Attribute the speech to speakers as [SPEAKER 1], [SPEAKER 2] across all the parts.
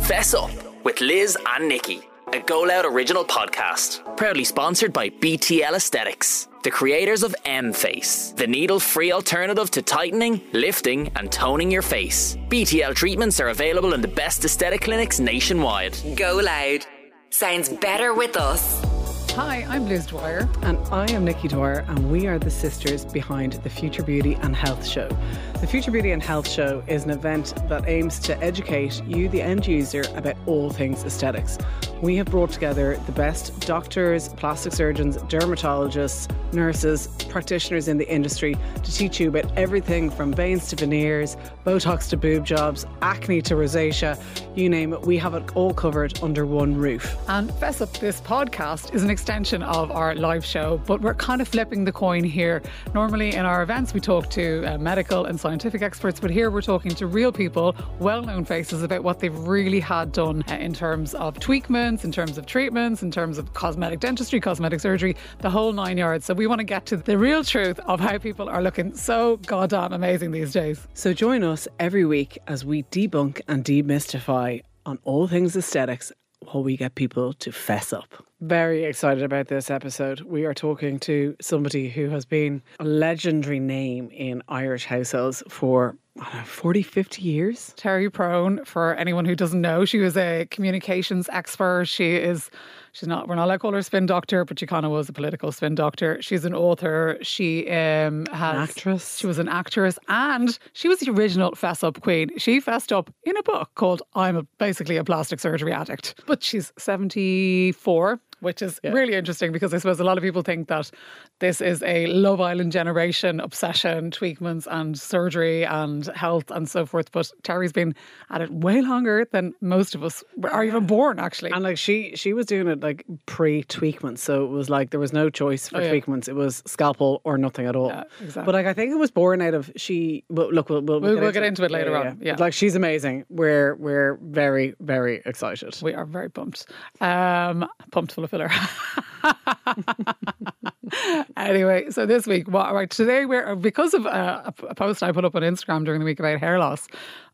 [SPEAKER 1] Fess Up with Liz and Nikki, a Go Loud original podcast. Proudly sponsored by BTL Aesthetics, the creators of M Face, the needle free alternative to tightening, lifting, and toning your face. BTL treatments are available in the best aesthetic clinics nationwide.
[SPEAKER 2] Go loud. Sounds better with us.
[SPEAKER 3] Hi, I'm Liz Dwyer.
[SPEAKER 4] And I am Nikki Dwyer, and we are the sisters behind the Future Beauty and Health Show. The Future Beauty and Health Show is an event that aims to educate you, the end user, about all things aesthetics. We have brought together the best doctors, plastic surgeons, dermatologists, nurses, practitioners in the industry to teach you about everything from veins to veneers, Botox to boob jobs, acne to rosacea, you name it. We have it all covered under one roof.
[SPEAKER 3] And Fess Up This podcast is an extension of our live show, but we're kind of flipping the coin here. Normally in our events, we talk to uh, medical and scientific experts, but here we're talking to real people, well known faces, about what they've really had done uh, in terms of tweakments, in terms of treatments, in terms of cosmetic dentistry, cosmetic surgery, the whole nine yards. So we want to get to the real truth of how people are looking so goddamn amazing these days.
[SPEAKER 4] So join us every week as we debunk and demystify on all things aesthetics while we get people to fess up. Very excited about this episode. We are talking to somebody who has been a legendary name in Irish households for I don't know, 40, 50 years.
[SPEAKER 3] Terry Prone, for anyone who doesn't know, she was a communications expert. She is, she's not, we're not allowed to call her a spin doctor, but she kind of was a political spin doctor. She's an author. She um, has.
[SPEAKER 4] actress.
[SPEAKER 3] She was an actress and she was the original fess up queen. She fessed up in a book called I'm a, basically a plastic surgery addict, but she's 74 which is really interesting because I suppose a lot of people think that this is a Love Island generation obsession, tweakments and surgery and health and so forth. But Terry's been at it way longer than most of us are even born, actually.
[SPEAKER 4] And like she she was doing it like pre tweakments. So it was like there was no choice for
[SPEAKER 3] yeah.
[SPEAKER 4] tweakments. It was scalpel or nothing at all.
[SPEAKER 3] exactly.
[SPEAKER 4] But like I think it was born out of she well, look we'll, we'll,
[SPEAKER 3] We'll- we'll get into it later on. Yeah.
[SPEAKER 4] But, like she's amazing. We're we're very, very excited.
[SPEAKER 3] We are very pumped. Um, pumped full of filler. anyway, so this week, what, right, today we're, because of uh, a, a post I put up on Instagram during the week about hair loss,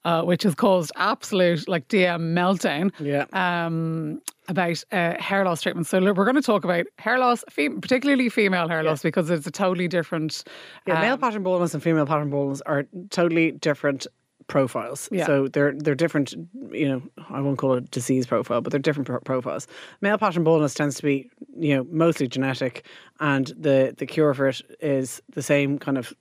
[SPEAKER 3] uh, which has caused absolute like DM meltdown.
[SPEAKER 4] Yeah.
[SPEAKER 3] Um, about uh, hair loss treatments. So look, we're going to talk about hair loss, fem- particularly female hair loss, because it's a totally different.
[SPEAKER 4] Yeah, male
[SPEAKER 3] Um,
[SPEAKER 4] pattern baldness and female pattern baldness are totally different profiles.
[SPEAKER 3] Yeah.
[SPEAKER 4] So they're they're different. You know, I won't call it disease profile, but they're different pro- profiles. Male pattern baldness tends to be you know mostly genetic, and the the cure for it is the same kind of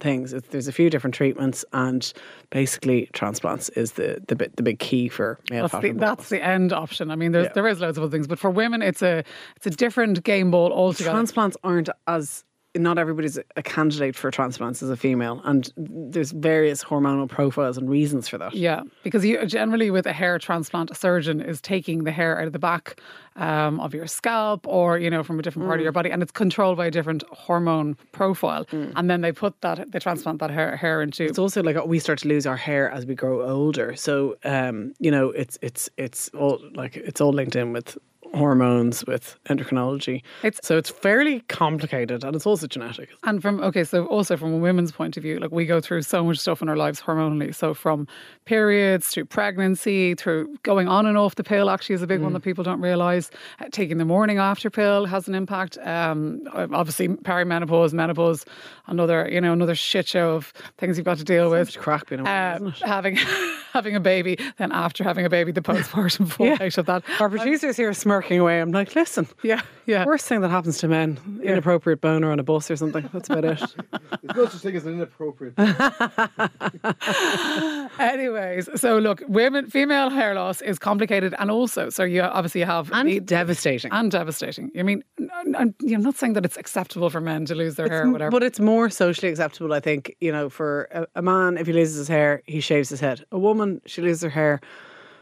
[SPEAKER 4] things. It's, there's a few different treatments, and basically transplants is the the bit the big key for male
[SPEAKER 3] That's the,
[SPEAKER 4] pattern
[SPEAKER 3] that's
[SPEAKER 4] baldness.
[SPEAKER 3] the end option. I mean, there's,
[SPEAKER 4] Yeah.
[SPEAKER 3] there is loads of other things, but for women, it's a it's a different game ball altogether.
[SPEAKER 4] Transplants aren't as not everybody's a candidate for transplants as a female, and there's various hormonal profiles and reasons for that.
[SPEAKER 3] Yeah, because you generally with a hair transplant, a surgeon is taking the hair out of the back um, of your scalp or you know from a different part
[SPEAKER 4] Mm.
[SPEAKER 3] of your body, and it's controlled by a different hormone profile, and then they put that they transplant that hair, hair into.
[SPEAKER 4] It's also like uh, we start to lose our hair as we grow older. So um, you know, it's it's it's all like it's all linked in with hormones, with endocrinology.
[SPEAKER 3] It's-
[SPEAKER 4] so it's fairly complicated and it's also genetic.
[SPEAKER 3] And from okay, so also from a women's point of view, like we go through so much stuff in our lives hormonally. So from periods through pregnancy, through going on and off the pill, actually is a
[SPEAKER 4] Mm.
[SPEAKER 3] big one that people don't realize. Uh, taking the morning after pill has an impact. Um, obviously perimenopause, menopause, another you know another shit show of things you've got to deal with.
[SPEAKER 4] Crack being a
[SPEAKER 3] Uh,
[SPEAKER 4] woman, isn't it?
[SPEAKER 3] having having a baby, then after having a baby, the postpartum fallout of that.
[SPEAKER 4] Our producers here are smirking away. I'm like, listen,
[SPEAKER 3] Yeah, yeah.
[SPEAKER 4] worst thing that happens to men, inappropriate boner on a bus or something. That's about it.
[SPEAKER 5] There's no such thing as an inappropriate. It's
[SPEAKER 3] Anyways, so look, women, female hair loss is complicated, and also, so you obviously have the-
[SPEAKER 4] devastating.
[SPEAKER 3] and devastating. I mean, n- n- I'm, I'm not saying that it's acceptable for men to lose their hair or whatever.
[SPEAKER 4] But it's more socially acceptable, I think. You know, for a, a man, if he loses his hair, he shaves his head. A woman, she loses her hair,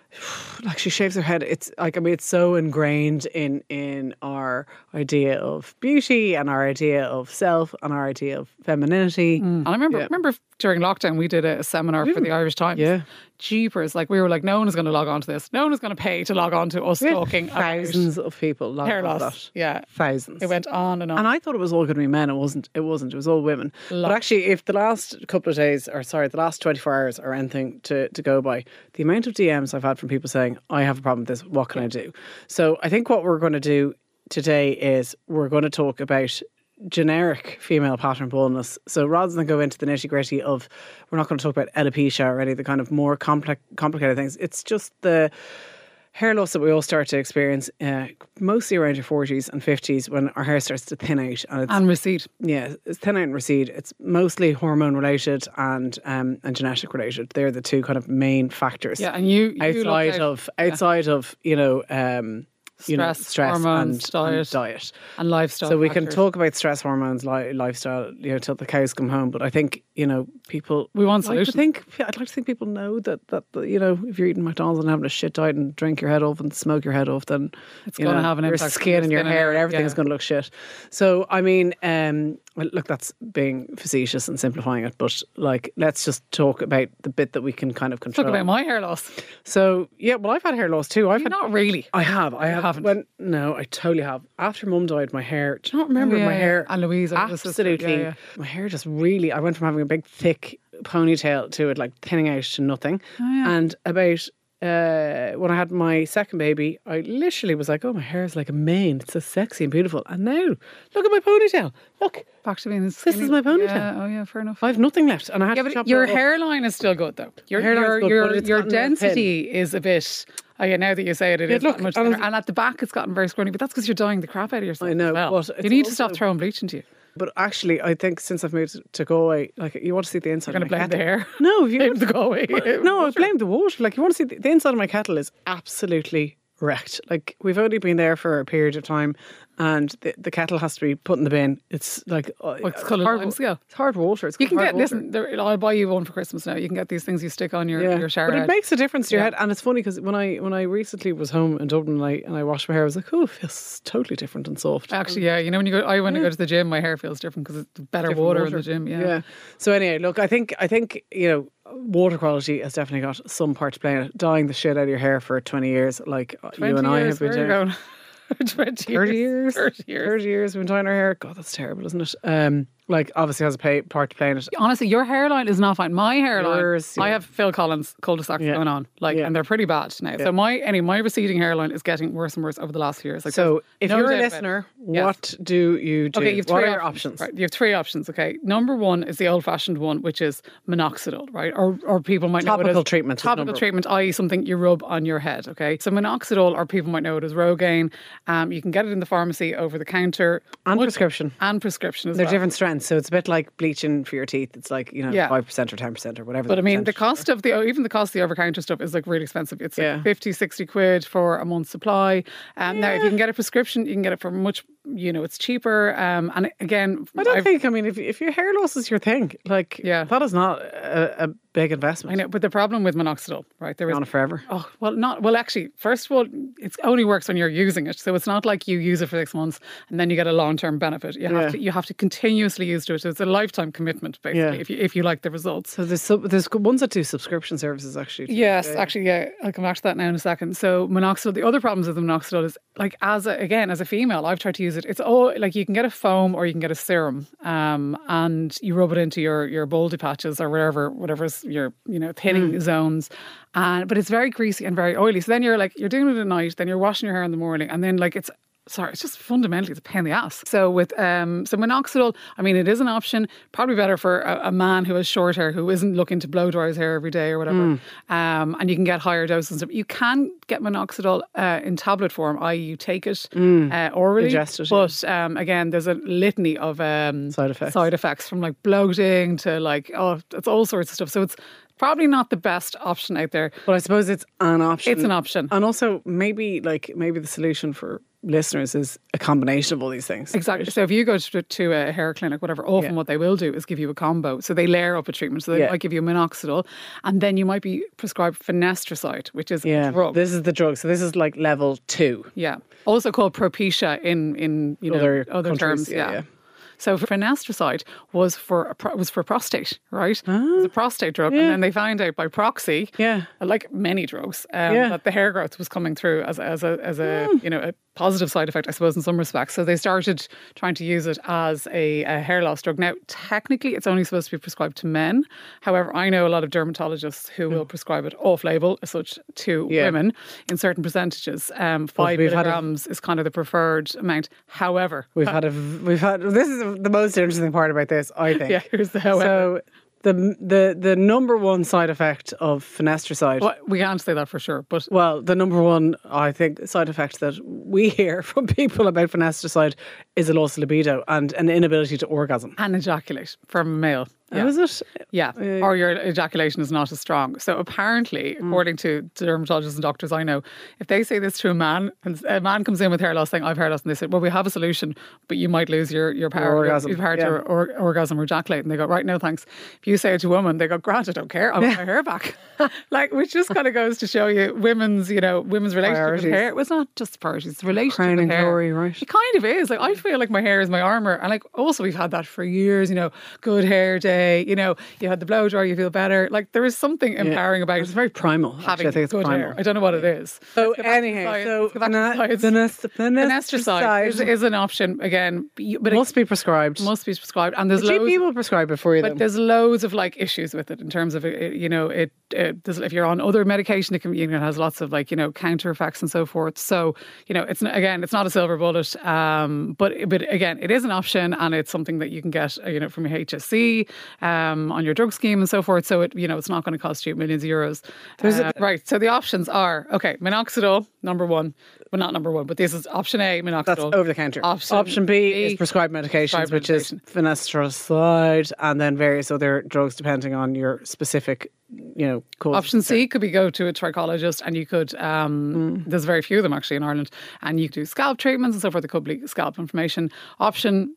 [SPEAKER 4] like she shaves her head. It's like I mean, it's so ingrained in in our idea of beauty and our idea of self and our idea of femininity.
[SPEAKER 3] Mm. and I remember, remember during lockdown, we did a seminar for the Irish Times.
[SPEAKER 4] Yeah.
[SPEAKER 3] jeepers. Like we were like, no one is going to log on to this. No one is going to pay to log on to us
[SPEAKER 4] We had
[SPEAKER 3] talking about
[SPEAKER 4] thousands of people logged
[SPEAKER 3] hair
[SPEAKER 4] on to
[SPEAKER 3] loss.
[SPEAKER 4] that.
[SPEAKER 3] Yeah.
[SPEAKER 4] Thousands.
[SPEAKER 3] It went on and on.
[SPEAKER 4] And I thought it was all going to be men. It wasn't. It wasn't. It was all women. But actually, if the last couple of days, or sorry, the last 24 hours are anything to, to go by, the amount of DMs I've had from people saying, I have a problem with this. What can I do? So I think what we're going to do today is we're going to talk about generic female pattern baldness. So rather than go into the nitty gritty of, we're not going to talk about alopecia or any of the kind of more complex, complicated things. It's just the hair loss that we all start to experience uh, mostly around your 40s and 50s when our hair starts to thin out and it's
[SPEAKER 3] and receipt.
[SPEAKER 4] yeah it's thin out and recede it's mostly hormone related and um, and genetic related they're the two kind of main factors
[SPEAKER 3] Yeah. And you, you looked
[SPEAKER 4] outside
[SPEAKER 3] out
[SPEAKER 4] of outside of you know um you know
[SPEAKER 3] Stress,
[SPEAKER 4] stress
[SPEAKER 3] hormones,
[SPEAKER 4] and
[SPEAKER 3] diet.
[SPEAKER 4] and diet
[SPEAKER 3] and lifestyle.
[SPEAKER 4] so we can
[SPEAKER 3] factors.
[SPEAKER 4] talk about stress hormones li- lifestyle you know till the cows come home but i think you know people
[SPEAKER 3] We want
[SPEAKER 4] I'd like to
[SPEAKER 3] solutions.
[SPEAKER 4] think i'd like to think people know that, that that you know if you're eating mcdonald's and having a shit diet and drink your head off and smoke your head off then it's
[SPEAKER 3] gonna have an
[SPEAKER 4] your
[SPEAKER 3] impact on
[SPEAKER 4] skin
[SPEAKER 3] your
[SPEAKER 4] and your
[SPEAKER 3] skin and
[SPEAKER 4] hair and
[SPEAKER 3] hair,
[SPEAKER 4] everything's
[SPEAKER 3] yeah.
[SPEAKER 4] going to look shit so i mean um well, look that's being facetious and simplifying it but like let's just talk about the bit that we can kind of control
[SPEAKER 3] Talk about my hair loss.
[SPEAKER 4] so yeah well i've had hair loss too i've had
[SPEAKER 3] Not really.
[SPEAKER 4] I have. I have.
[SPEAKER 3] haven't.
[SPEAKER 4] When, no, I totally have. After mum died, my hair. Do you not remember
[SPEAKER 3] yeah,
[SPEAKER 4] my
[SPEAKER 3] yeah.
[SPEAKER 4] hair?
[SPEAKER 3] And Louise, our little sister. Yeah,
[SPEAKER 4] absolutely.
[SPEAKER 3] yeah.
[SPEAKER 4] My hair just really. I went from having a big thick ponytail to it like thinning out to nothing.
[SPEAKER 3] Oh,
[SPEAKER 4] And about uh, when I had my second baby, I literally was like, "Oh, my hair is like a mane. It's so sexy and beautiful." And now, look at my ponytail. Look,
[SPEAKER 3] Back to being this.
[SPEAKER 4] is my ponytail.
[SPEAKER 3] Yeah, oh yeah, fair enough.
[SPEAKER 4] I have nothing left, and I had
[SPEAKER 3] yeah,
[SPEAKER 4] to chop
[SPEAKER 3] but
[SPEAKER 4] it
[SPEAKER 3] your
[SPEAKER 4] all up.
[SPEAKER 3] hairline is still good though. Your
[SPEAKER 4] Hairline's
[SPEAKER 3] your
[SPEAKER 4] good,
[SPEAKER 3] your,
[SPEAKER 4] but it's
[SPEAKER 3] your
[SPEAKER 4] gotten a little thin.
[SPEAKER 3] density is a bit. Oh yeah, now that you say it, it is
[SPEAKER 4] look,
[SPEAKER 3] that much
[SPEAKER 4] and
[SPEAKER 3] thinner.
[SPEAKER 4] it's-
[SPEAKER 3] And at the back, it's gotten very scrawny. But that's because you're dyeing the crap out of yourself.
[SPEAKER 4] I know,
[SPEAKER 3] as well.
[SPEAKER 4] but
[SPEAKER 3] you
[SPEAKER 4] it's
[SPEAKER 3] need to
[SPEAKER 4] also-
[SPEAKER 3] stop throwing bleach into you.
[SPEAKER 4] But actually, I think since I've moved to Galway, like you want to see the inside.
[SPEAKER 3] You're
[SPEAKER 4] of
[SPEAKER 3] going to
[SPEAKER 4] my
[SPEAKER 3] blame
[SPEAKER 4] head.
[SPEAKER 3] the hair.
[SPEAKER 4] No, if you
[SPEAKER 3] Blame the Galway.
[SPEAKER 4] Well, no, I blame the water. Like you want to see the, the inside of my kettle is absolutely wrecked. Like we've only been there for a period of time, and the, the kettle has to be put in the bin. It's like uh,
[SPEAKER 3] it's coloured
[SPEAKER 4] hard,
[SPEAKER 3] limescale.
[SPEAKER 4] It's hard water. It's
[SPEAKER 3] You can
[SPEAKER 4] hard
[SPEAKER 3] get
[SPEAKER 4] water.
[SPEAKER 3] listen. There, I'll buy you one for Christmas now. You can get these things you stick on your your shower
[SPEAKER 4] but it
[SPEAKER 3] head.
[SPEAKER 4] makes a difference to your head, and it's funny because when I when I recently was home in Dublin and I and I washed my hair, I was like, oh, it feels totally different and soft.
[SPEAKER 3] Actually, yeah, you know when you go, I when I go to the gym, my hair feels different because it's better water, in the gym. Yeah.
[SPEAKER 4] So anyway, look, I think I think you know water quality has definitely got some part to play in it. Dyeing the shit out of your hair for twenty years, like uh, you
[SPEAKER 3] 20
[SPEAKER 4] and I
[SPEAKER 3] years,
[SPEAKER 4] have been
[SPEAKER 3] where
[SPEAKER 4] doing.
[SPEAKER 3] are you going? Twenty
[SPEAKER 4] 30
[SPEAKER 3] years,
[SPEAKER 4] years.
[SPEAKER 3] thirty years.
[SPEAKER 4] 30 years we've been dyeing our hair. God, that's terrible, isn't it? Um, like, obviously, has a pay, part to play in it.
[SPEAKER 3] Honestly, your hairline is not fine. My hairline,
[SPEAKER 4] Yours, yeah.
[SPEAKER 3] I have Phil Collins cul-de-sacs
[SPEAKER 4] Yeah.
[SPEAKER 3] going on, like,
[SPEAKER 4] Yeah.
[SPEAKER 3] and they're pretty bad now. So my any my receding hairline is getting worse and worse over the last few years. Like,
[SPEAKER 4] So,
[SPEAKER 3] there's
[SPEAKER 4] if
[SPEAKER 3] no
[SPEAKER 4] you're a
[SPEAKER 3] doubt about it.
[SPEAKER 4] listener,
[SPEAKER 3] Yes.
[SPEAKER 4] what do you do?
[SPEAKER 3] Okay, you have three
[SPEAKER 4] what are your options?
[SPEAKER 3] Right, you have three options. Okay, number one is the old-fashioned one, which is minoxidil, right? Or, or people might know it
[SPEAKER 4] Topical
[SPEAKER 3] as
[SPEAKER 4] treatment is number
[SPEAKER 3] Topical
[SPEAKER 4] one.
[SPEAKER 3] treatment, i.e., something you rub on your head. Okay, so minoxidil, or people might know it as Rogaine. Um, you can get it in the pharmacy over the counter
[SPEAKER 4] And prescription.
[SPEAKER 3] and prescription as
[SPEAKER 4] They're
[SPEAKER 3] well.
[SPEAKER 4] different strengths. So, it's a bit like bleaching for your teeth. It's like, you know,
[SPEAKER 3] Yeah.
[SPEAKER 4] 5% or 10% or whatever.
[SPEAKER 3] But I mean, the cost of the oh, even the cost of the over counter stuff is like really expensive. It's like
[SPEAKER 4] Yeah.
[SPEAKER 3] 50, 60 quid for a month's supply. Um, Now, if you can get a prescription, you can get it for much. You know, it's cheaper. Um, and again,
[SPEAKER 4] I don't
[SPEAKER 3] I've-
[SPEAKER 4] think, I mean, if, if your hair loss is your thing, like,
[SPEAKER 3] Yeah.
[SPEAKER 4] that is not a, a big investment.
[SPEAKER 3] I know, but the problem with minoxidil, right? There is
[SPEAKER 4] On it forever.
[SPEAKER 3] Oh well, not well. Actually, first of all, it only works when you're using it, so it's not like you use it for six months and then you get a long term benefit. You have
[SPEAKER 4] Yeah.
[SPEAKER 3] to you have to continuously use it. So it's a lifetime commitment, basically,
[SPEAKER 4] Yeah.
[SPEAKER 3] if you if you like the results.
[SPEAKER 4] So, there's, sub, there's ones that do subscription services, actually.
[SPEAKER 3] Yes, actually, yeah, I'll come back to that now in a second. So minoxidil, the other problems with the minoxidil is like as a, again as a female, I've tried to use it. It's all like you can get a foam or you can get a serum, um, and you rub it into your your baldy patches or wherever whatever's your you know thinning zones, and but it's very greasy and very oily. So then you're like you're doing it at night, then you're washing your hair in the morning, and then like it's sorry, it's just fundamentally it's a pain in the ass. So with um, so minoxidil, I mean, it is an option. Probably better for a, a man who has short hair who isn't looking to blow dry his hair every day or whatever.
[SPEAKER 4] Mm.
[SPEAKER 3] Um, and you can get higher doses. of- You can get minoxidil uh, in tablet form, i.e., you take it uh, orally.
[SPEAKER 4] Ingest Mm. it, yeah.
[SPEAKER 3] but um, again, there's a litany of um,
[SPEAKER 4] Side effects.
[SPEAKER 3] Side effects from like bloating to like oh, it's all sorts of stuff. So it's probably not the best option out there.
[SPEAKER 4] But I suppose it's an option.
[SPEAKER 3] It's an option.
[SPEAKER 4] And also, maybe like maybe the solution for listeners is a combination of all these things.
[SPEAKER 3] Exactly. So if you go to, to a hair clinic, whatever, often
[SPEAKER 4] Yeah.
[SPEAKER 3] what they will do is give you a combo. So they layer up a treatment. So they
[SPEAKER 4] Yeah.
[SPEAKER 3] might give you minoxidil, and then you might be prescribed finasteride, which is
[SPEAKER 4] Yeah,
[SPEAKER 3] a drug.
[SPEAKER 4] this is the drug. So this is like level two.
[SPEAKER 3] yeah, also called propecia in in you know
[SPEAKER 4] Other
[SPEAKER 3] other
[SPEAKER 4] countries,
[SPEAKER 3] terms.
[SPEAKER 4] yeah,
[SPEAKER 3] Yeah.
[SPEAKER 4] yeah.
[SPEAKER 3] So finasteride was for a pro- was for prostate, right? It was a prostate drug, and then they found out by proxy,
[SPEAKER 4] Ah.
[SPEAKER 3] uh,
[SPEAKER 4] Yeah.
[SPEAKER 3] like many drugs, um,
[SPEAKER 4] Yeah. Hmm.
[SPEAKER 3] that the hair growth was coming through as as a as a you know a positive side effect, I suppose, in some respects. So they started trying to use it as a, a hair loss drug. Now, technically, it's only supposed to be prescribed to men. However, I know a lot of dermatologists who will prescribe it off label, as such, to
[SPEAKER 4] Hmm. Yeah.
[SPEAKER 3] women in certain percentages. Um,
[SPEAKER 4] Well,
[SPEAKER 3] five
[SPEAKER 4] we've had a-
[SPEAKER 3] milligrams is kind of the preferred amount. However,
[SPEAKER 4] We've had a we've had this is the most interesting part about this, I think.
[SPEAKER 3] yeah, here's the however.
[SPEAKER 4] So the the the number one side effect of finasteride.
[SPEAKER 3] Well, we can't say that for sure, but
[SPEAKER 4] Well, the number one, I think, side effect that we hear from people about finasteride is a loss of libido and an inability to orgasm.
[SPEAKER 3] and ejaculate from a male. Yeah.
[SPEAKER 4] Is it?
[SPEAKER 3] Yeah,
[SPEAKER 4] Uh,
[SPEAKER 3] or your ejaculation is not as strong. So apparently,
[SPEAKER 4] Mm.
[SPEAKER 3] according to dermatologists and doctors I know, if they say this to a man, and a man comes in with hair loss saying, "I've hair loss," and they say, "Well, we have a solution, but you might lose your your power, your-
[SPEAKER 4] orgasm,
[SPEAKER 3] your power
[SPEAKER 4] yeah.
[SPEAKER 3] to or, orgasm or ejaculate," and they go, "Right, no thanks." If you say it to a woman, they go, "Grant, I don't care, I want my hair back." like, which just kind of goes to show you women's, you know, women's relationship with
[SPEAKER 4] Priorities.
[SPEAKER 3] hair. It was not just priorities; it's the relationship
[SPEAKER 4] Crown
[SPEAKER 3] with
[SPEAKER 4] and
[SPEAKER 3] hair.
[SPEAKER 4] glory, right?
[SPEAKER 3] It kind of is. Like I feel like my hair is my armor, and like also we've had that for years. You know, good hair day. You know, you had the blow dryer, you feel better. Like there is something empowering about
[SPEAKER 4] It's very primal. actually.
[SPEAKER 3] having
[SPEAKER 4] I think it's
[SPEAKER 3] good
[SPEAKER 4] primal.
[SPEAKER 3] hair. I don't know what it is.
[SPEAKER 4] So
[SPEAKER 3] Let's go back to
[SPEAKER 4] anyhow,
[SPEAKER 3] science.
[SPEAKER 4] so
[SPEAKER 3] Let's go back to
[SPEAKER 4] fina-
[SPEAKER 3] science.
[SPEAKER 4] finas- finasteride
[SPEAKER 3] finasteride is, is an option again, but you- but it
[SPEAKER 4] must be prescribed.
[SPEAKER 3] must be prescribed. And there's
[SPEAKER 4] GP
[SPEAKER 3] loads.
[SPEAKER 4] will prescribe it for you.
[SPEAKER 3] But
[SPEAKER 4] though.
[SPEAKER 3] there's loads of like issues with it in terms of it, you know it. it there's, if you're on other medication, it can you know it has lots of like you know counter effects and so forth. So you know it's n- again it's not a silver bullet, um, but but again it is an option and it's something that you can get uh, you know from your HSC um, on your drug scheme and so forth. So it you know it's not going to cost you millions of euros. Uh, right. So the options are okay minoxidil number one, well not number one, but this is option A minoxidil.
[SPEAKER 4] That's over the counter.
[SPEAKER 3] Option,
[SPEAKER 4] B, is prescribed medications,
[SPEAKER 3] prescribed
[SPEAKER 4] which is finasteride and then various other drugs depending on your specific, you know, cause.
[SPEAKER 3] Option C could be go to a trichologist, and you could. Um,
[SPEAKER 4] Mm.
[SPEAKER 3] There's very few of them actually in Ireland, and you could do scalp treatments and so forth. There could be scalp inflammation. Option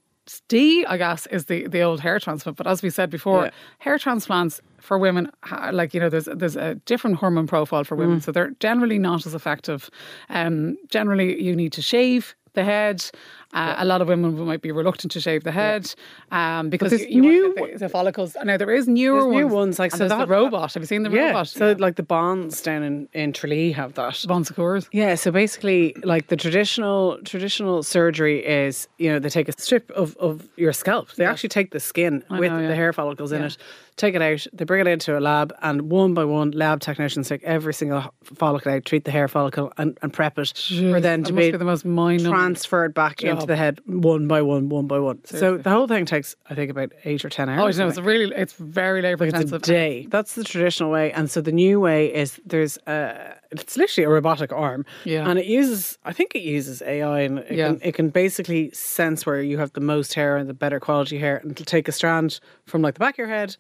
[SPEAKER 3] D, I guess, is the the old hair transplant. But as we said before,
[SPEAKER 4] Yeah.
[SPEAKER 3] hair transplants for women, ha- like you know, there's there's a different hormone profile for
[SPEAKER 4] Mm.
[SPEAKER 3] women, so they're generally not as effective. Um, generally, you need to shave. The head. Uh, A lot of women might be reluctant to shave the head um, because
[SPEAKER 4] there's
[SPEAKER 3] you, you
[SPEAKER 4] new-
[SPEAKER 3] want the, the follicles. Now there is newer
[SPEAKER 4] There's
[SPEAKER 3] ones.
[SPEAKER 4] new ones, like,
[SPEAKER 3] and
[SPEAKER 4] so
[SPEAKER 3] there's the
[SPEAKER 4] that-
[SPEAKER 3] robot. Have you seen the
[SPEAKER 4] Oh yeah.
[SPEAKER 3] robot?
[SPEAKER 4] So like the bonds down in, in Tralee have that.
[SPEAKER 3] Bonsecours.
[SPEAKER 4] Yeah, so basically, like the traditional traditional surgery is, you know, they take a strip of, of your scalp. They actually take the skin with
[SPEAKER 3] know, yeah.
[SPEAKER 4] the hair follicles in it, take it out. They bring it into a lab, and one by one, lab technicians take every single ho- follicle out, treat the hair follicle, and, and prep it for then
[SPEAKER 3] that
[SPEAKER 4] to
[SPEAKER 3] must
[SPEAKER 4] be,
[SPEAKER 3] be the most mind-numbing
[SPEAKER 4] transferred back into
[SPEAKER 3] job.
[SPEAKER 4] the head one by one, one by one. So the whole thing takes, I think, about eight or ten
[SPEAKER 3] Oh,
[SPEAKER 4] hours.
[SPEAKER 3] no,
[SPEAKER 4] I
[SPEAKER 3] it's really, it's very labour
[SPEAKER 4] it's a
[SPEAKER 3] intensive.
[SPEAKER 4] day. That's the traditional way, and so the new way is there's a it's literally a robotic arm,
[SPEAKER 3] Yeah.
[SPEAKER 4] and it uses I think it uses AI, and it,
[SPEAKER 3] Yeah.
[SPEAKER 4] can, it can basically sense where you have the most hair and the better quality hair, and it'll take a strand from like the back of your head,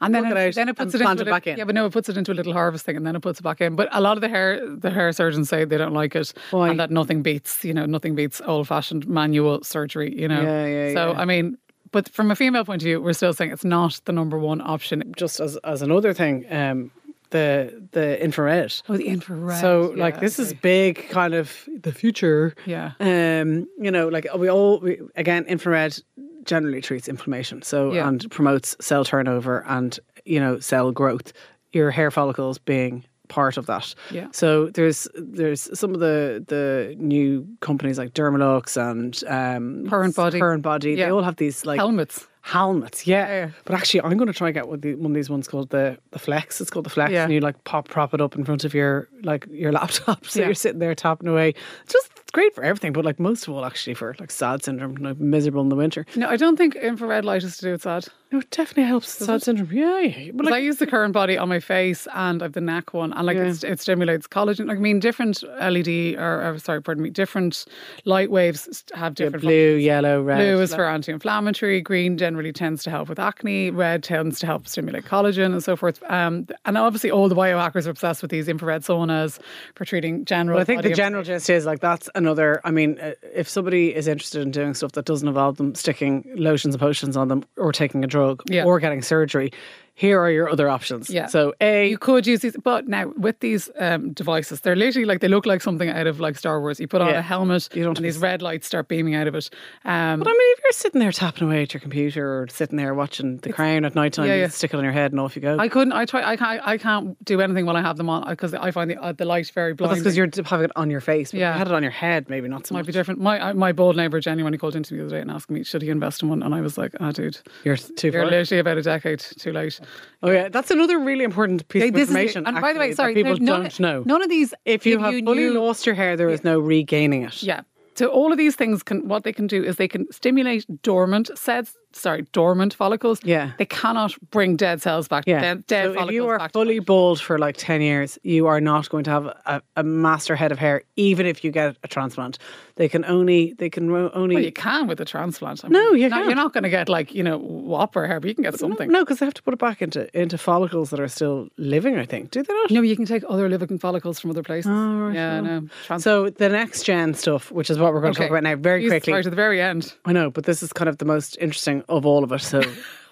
[SPEAKER 3] And then
[SPEAKER 4] pluck
[SPEAKER 3] it,
[SPEAKER 4] it out,
[SPEAKER 3] then it puts
[SPEAKER 4] and
[SPEAKER 3] it,
[SPEAKER 4] plant
[SPEAKER 3] into
[SPEAKER 4] it back
[SPEAKER 3] a,
[SPEAKER 4] in.
[SPEAKER 3] Yeah, but no, it puts it into a little harvest thing, and then it puts it back in. But a lot of the hair, the hair surgeons say they don't like it,
[SPEAKER 4] Why?
[SPEAKER 3] and that nothing beats, you know, nothing beats old-fashioned manual surgery. You know,
[SPEAKER 4] Yeah, yeah,
[SPEAKER 3] so
[SPEAKER 4] yeah.
[SPEAKER 3] I mean, but from a female point of view, we're still saying it's not the number one option.
[SPEAKER 4] just as as another thing, um, the the infrared.
[SPEAKER 3] Oh, the infrared.
[SPEAKER 4] So like this is big kind of the future.
[SPEAKER 3] Yeah.
[SPEAKER 4] Um, you know, like we all we, again infrared generally treats inflammation. So
[SPEAKER 3] Yeah.
[SPEAKER 4] and promotes cell turnover and you know cell growth. Your hair follicles being part of that.
[SPEAKER 3] Yeah.
[SPEAKER 4] So there's there's some of the the new companies like Dermalux and um
[SPEAKER 3] Current Body.
[SPEAKER 4] Current Body. They
[SPEAKER 3] Yeah.
[SPEAKER 4] all have these like
[SPEAKER 3] helmets.
[SPEAKER 4] helmets. Yeah.
[SPEAKER 3] Yeah.
[SPEAKER 4] But actually, I'm going to try and get one of, the, one of these ones called the the Flex. It's called the Flex,
[SPEAKER 3] Yeah.
[SPEAKER 4] and you like pop prop it up in front of your like your laptop, so
[SPEAKER 3] Yeah.
[SPEAKER 4] you're sitting there tapping away. It's just it's great for everything, but like most of all, actually for like sad syndrome, like miserable in the winter.
[SPEAKER 3] No, I don't think infrared light is to do with that.
[SPEAKER 4] No, it definitely helps sad syndrome. Yeah, yeah. but
[SPEAKER 3] Because
[SPEAKER 4] like
[SPEAKER 3] I use the current body on my face and I've the neck one, and like it's, it stimulates collagen. Like, I mean, different LED or, or sorry, pardon me, different light waves s- have different
[SPEAKER 4] blue, yellow, red.
[SPEAKER 3] Blue is for anti-inflammatory. Green generally tends to help with acne. Red tends to help stimulate collagen and so forth. Um, and obviously, all the biohackers are obsessed with these infrared saunas for treating general.
[SPEAKER 4] But I think
[SPEAKER 3] body
[SPEAKER 4] the general gist is like that's another. I mean, uh, if somebody is interested in doing stuff that doesn't involve them sticking lotions and potions on them or taking a drug
[SPEAKER 3] Yeah.
[SPEAKER 4] or getting surgery, here are your other options.
[SPEAKER 3] Yeah.
[SPEAKER 4] So A,
[SPEAKER 3] You could use these, but now with these um, devices, they're literally like they look like something out of like Star Wars. You put on
[SPEAKER 4] Yeah.
[SPEAKER 3] a helmet,
[SPEAKER 4] You don't
[SPEAKER 3] and these red lights start beaming out of it. Um,
[SPEAKER 4] but I mean, if you're sitting there tapping away at your computer or sitting there watching The Crown at night time,
[SPEAKER 3] yeah,
[SPEAKER 4] you
[SPEAKER 3] yeah.
[SPEAKER 4] stick it on your head and off you go.
[SPEAKER 3] I couldn't. I try. I can't. I can't do anything while I have them on because I find the uh, the light very
[SPEAKER 4] But that's
[SPEAKER 3] blinding.
[SPEAKER 4] because you're having it on your face. But yeah.
[SPEAKER 3] Yeah.
[SPEAKER 4] you had it on your head, maybe not so
[SPEAKER 3] might
[SPEAKER 4] much.
[SPEAKER 3] be different. My I- my bald neighbor genuinely called into me the other day and asked me should he invest in one, and I was like, ah, dude,
[SPEAKER 4] You're too
[SPEAKER 3] you're
[SPEAKER 4] far.
[SPEAKER 3] literally about a decade too late.
[SPEAKER 4] Oh yeah, that's another really important piece
[SPEAKER 3] Hey,
[SPEAKER 4] of
[SPEAKER 3] this is-
[SPEAKER 4] information.
[SPEAKER 3] and by the way,
[SPEAKER 4] actually, that
[SPEAKER 3] sorry,
[SPEAKER 4] people
[SPEAKER 3] there's none-
[SPEAKER 4] don't know.
[SPEAKER 3] none of these
[SPEAKER 4] If you
[SPEAKER 3] give
[SPEAKER 4] have
[SPEAKER 3] you
[SPEAKER 4] fully
[SPEAKER 3] new-
[SPEAKER 4] lost your hair, there is no regaining it.
[SPEAKER 3] Yeah. So all of these things can what they can do is they can stimulate dormant cells. Sorry, dormant follicles.
[SPEAKER 4] Yeah.
[SPEAKER 3] They cannot bring dead cells back.
[SPEAKER 4] Yeah.
[SPEAKER 3] Dead, dead
[SPEAKER 4] so if
[SPEAKER 3] follicles
[SPEAKER 4] you are
[SPEAKER 3] back.
[SPEAKER 4] fully bald for like 10 years, you are not going to have a, a master head of hair, even if you get a transplant. They can only, they can ro- only,
[SPEAKER 3] well, you can with a transplant. I
[SPEAKER 4] No, you
[SPEAKER 3] not-
[SPEAKER 4] can't.
[SPEAKER 3] You're not going to get like you know whopper hair, but you can get something.
[SPEAKER 4] no, because they have to put it back into, into follicles that are still living, I think. Do they not?
[SPEAKER 3] No, you can take other living follicles from other places.
[SPEAKER 4] Oh, right,
[SPEAKER 3] yeah,
[SPEAKER 4] well.
[SPEAKER 3] no. Trans-
[SPEAKER 4] So the next gen stuff, which is what we're going to talk about now very
[SPEAKER 3] Jesus,
[SPEAKER 4] quickly.
[SPEAKER 3] Right at the very end.
[SPEAKER 4] I know, but this is kind of the most interesting of all of it. So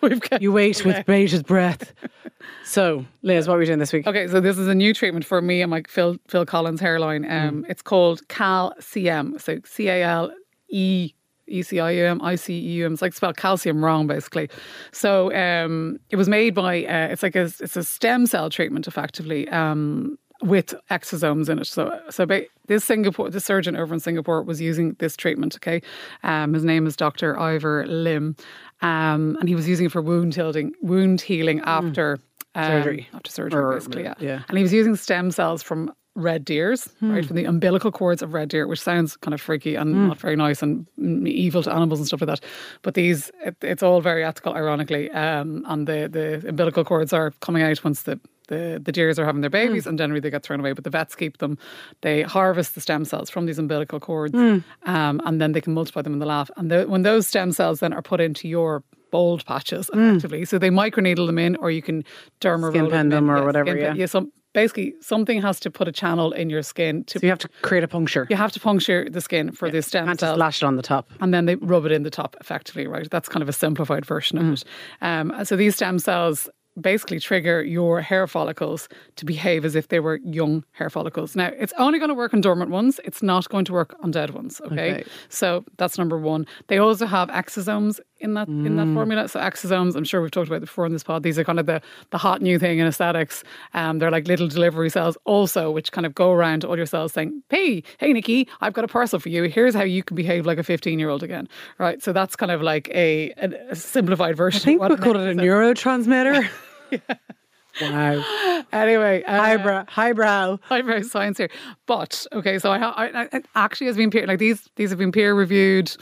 [SPEAKER 3] We've got
[SPEAKER 4] you wait with bated breath. So, Liz, what are we doing this week?
[SPEAKER 3] Okay, so this is a new treatment for me and my Phil Phil Collins hairline.
[SPEAKER 4] Mm.
[SPEAKER 3] Um, It's called Cal CM. So C A L E E C I U M I C E U M. It's like spelled calcium wrong, basically. So um, it was made by uh, it's like a it's a stem cell treatment, effectively. Um, with exosomes in it. So, so ba- this Singapore, the surgeon over in Singapore was using this treatment. Okay, um, his name is Dr. Ivor Lim, um, and he was using it for wound healing, wound healing after um,
[SPEAKER 4] Mm. Surgery.
[SPEAKER 3] after surgery,
[SPEAKER 4] Or-
[SPEAKER 3] basically. Yeah.
[SPEAKER 4] yeah. Hmm.
[SPEAKER 3] and he was using stem cells from red deers, right, from the umbilical cords of red deer, which sounds kind of freaky and not very nice and mm, evil to animals and stuff like that. But these, it, it's all very ethical, ironically, um, and the the umbilical cords are coming out once the the, the deers are having their babies
[SPEAKER 4] Hmm.
[SPEAKER 3] and generally they get thrown away, but the vets keep them. They harvest the stem cells from these umbilical cords
[SPEAKER 4] Hmm.
[SPEAKER 3] um, and then they can multiply them in the lab. And tho- when those stem cells then are put into your bald patches effectively, so they microneedle them in or you can derma
[SPEAKER 4] Hmm. Skin
[SPEAKER 3] roll
[SPEAKER 4] pen them
[SPEAKER 3] in.
[SPEAKER 4] or
[SPEAKER 3] Yeah,
[SPEAKER 4] whatever,
[SPEAKER 3] skin pen-
[SPEAKER 4] yeah.
[SPEAKER 3] yeah some, basically something has to put a channel in your skin to.
[SPEAKER 4] So you have to create a puncture.
[SPEAKER 3] you have to puncture the skin for the stem
[SPEAKER 4] Can't just
[SPEAKER 3] cells
[SPEAKER 4] lash it on the top.
[SPEAKER 3] and then they rub it in the top effectively, right? That's kind of a simplified version of
[SPEAKER 4] Mm.
[SPEAKER 3] it. Um, so these stem cells basically trigger your hair follicles to behave as if they were young hair follicles. Now, it's only going to work on dormant ones. It's not going to work on dead ones, okay?
[SPEAKER 4] Okay.
[SPEAKER 3] So that's number 1. They also have exosomes in that in
[SPEAKER 4] Mm.
[SPEAKER 3] that formula. So exosomes, I'm sure we've talked about before in this pod. These are kind of the the hot new thing in aesthetics. Um, they're like little delivery cells also which kind of go around to all your cells saying, "Hey, hey Nikki, I've got a parcel for you. Here's how you can behave like a 15-year-old again." Right? So that's kind of like a, an- a simplified version
[SPEAKER 4] I think
[SPEAKER 3] of
[SPEAKER 4] we
[SPEAKER 3] what
[SPEAKER 4] call it a neurotransmitter. Wow.
[SPEAKER 3] Anyway, uh,
[SPEAKER 4] Highbrow. Highbrow.
[SPEAKER 3] eyebrow science here. But okay, so I, ha- I, I it actually has been peer like these these have been peer reviewed.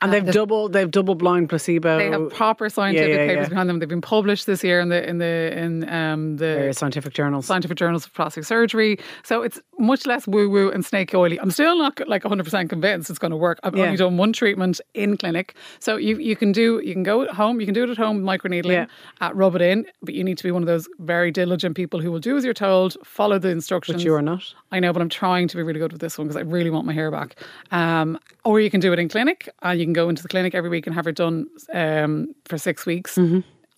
[SPEAKER 4] And they've double they've double blind placebo.
[SPEAKER 3] Uh, They have proper scientific
[SPEAKER 4] yeah,
[SPEAKER 3] papers
[SPEAKER 4] yeah.
[SPEAKER 3] behind them. They've been published this year in the in the in um the
[SPEAKER 4] various scientific journals.
[SPEAKER 3] scientific journals of plastic surgery. So it's much less woo woo and snake oily. I'm still not like 100% convinced it's going to work. I've
[SPEAKER 4] Yeah.
[SPEAKER 3] only done one treatment in clinic. So you, you can do, you can go at home, you can do it at home, microneedling, uh, rub it in, but you need to be one of those very diligent people who will do as you're told, follow the instructions.
[SPEAKER 4] But you are not.
[SPEAKER 3] I know, but I'm trying to be really good with this one because I really want my hair back. Um, or you can do it in clinic, and you can go into the clinic every week and have it done um, for six weeks.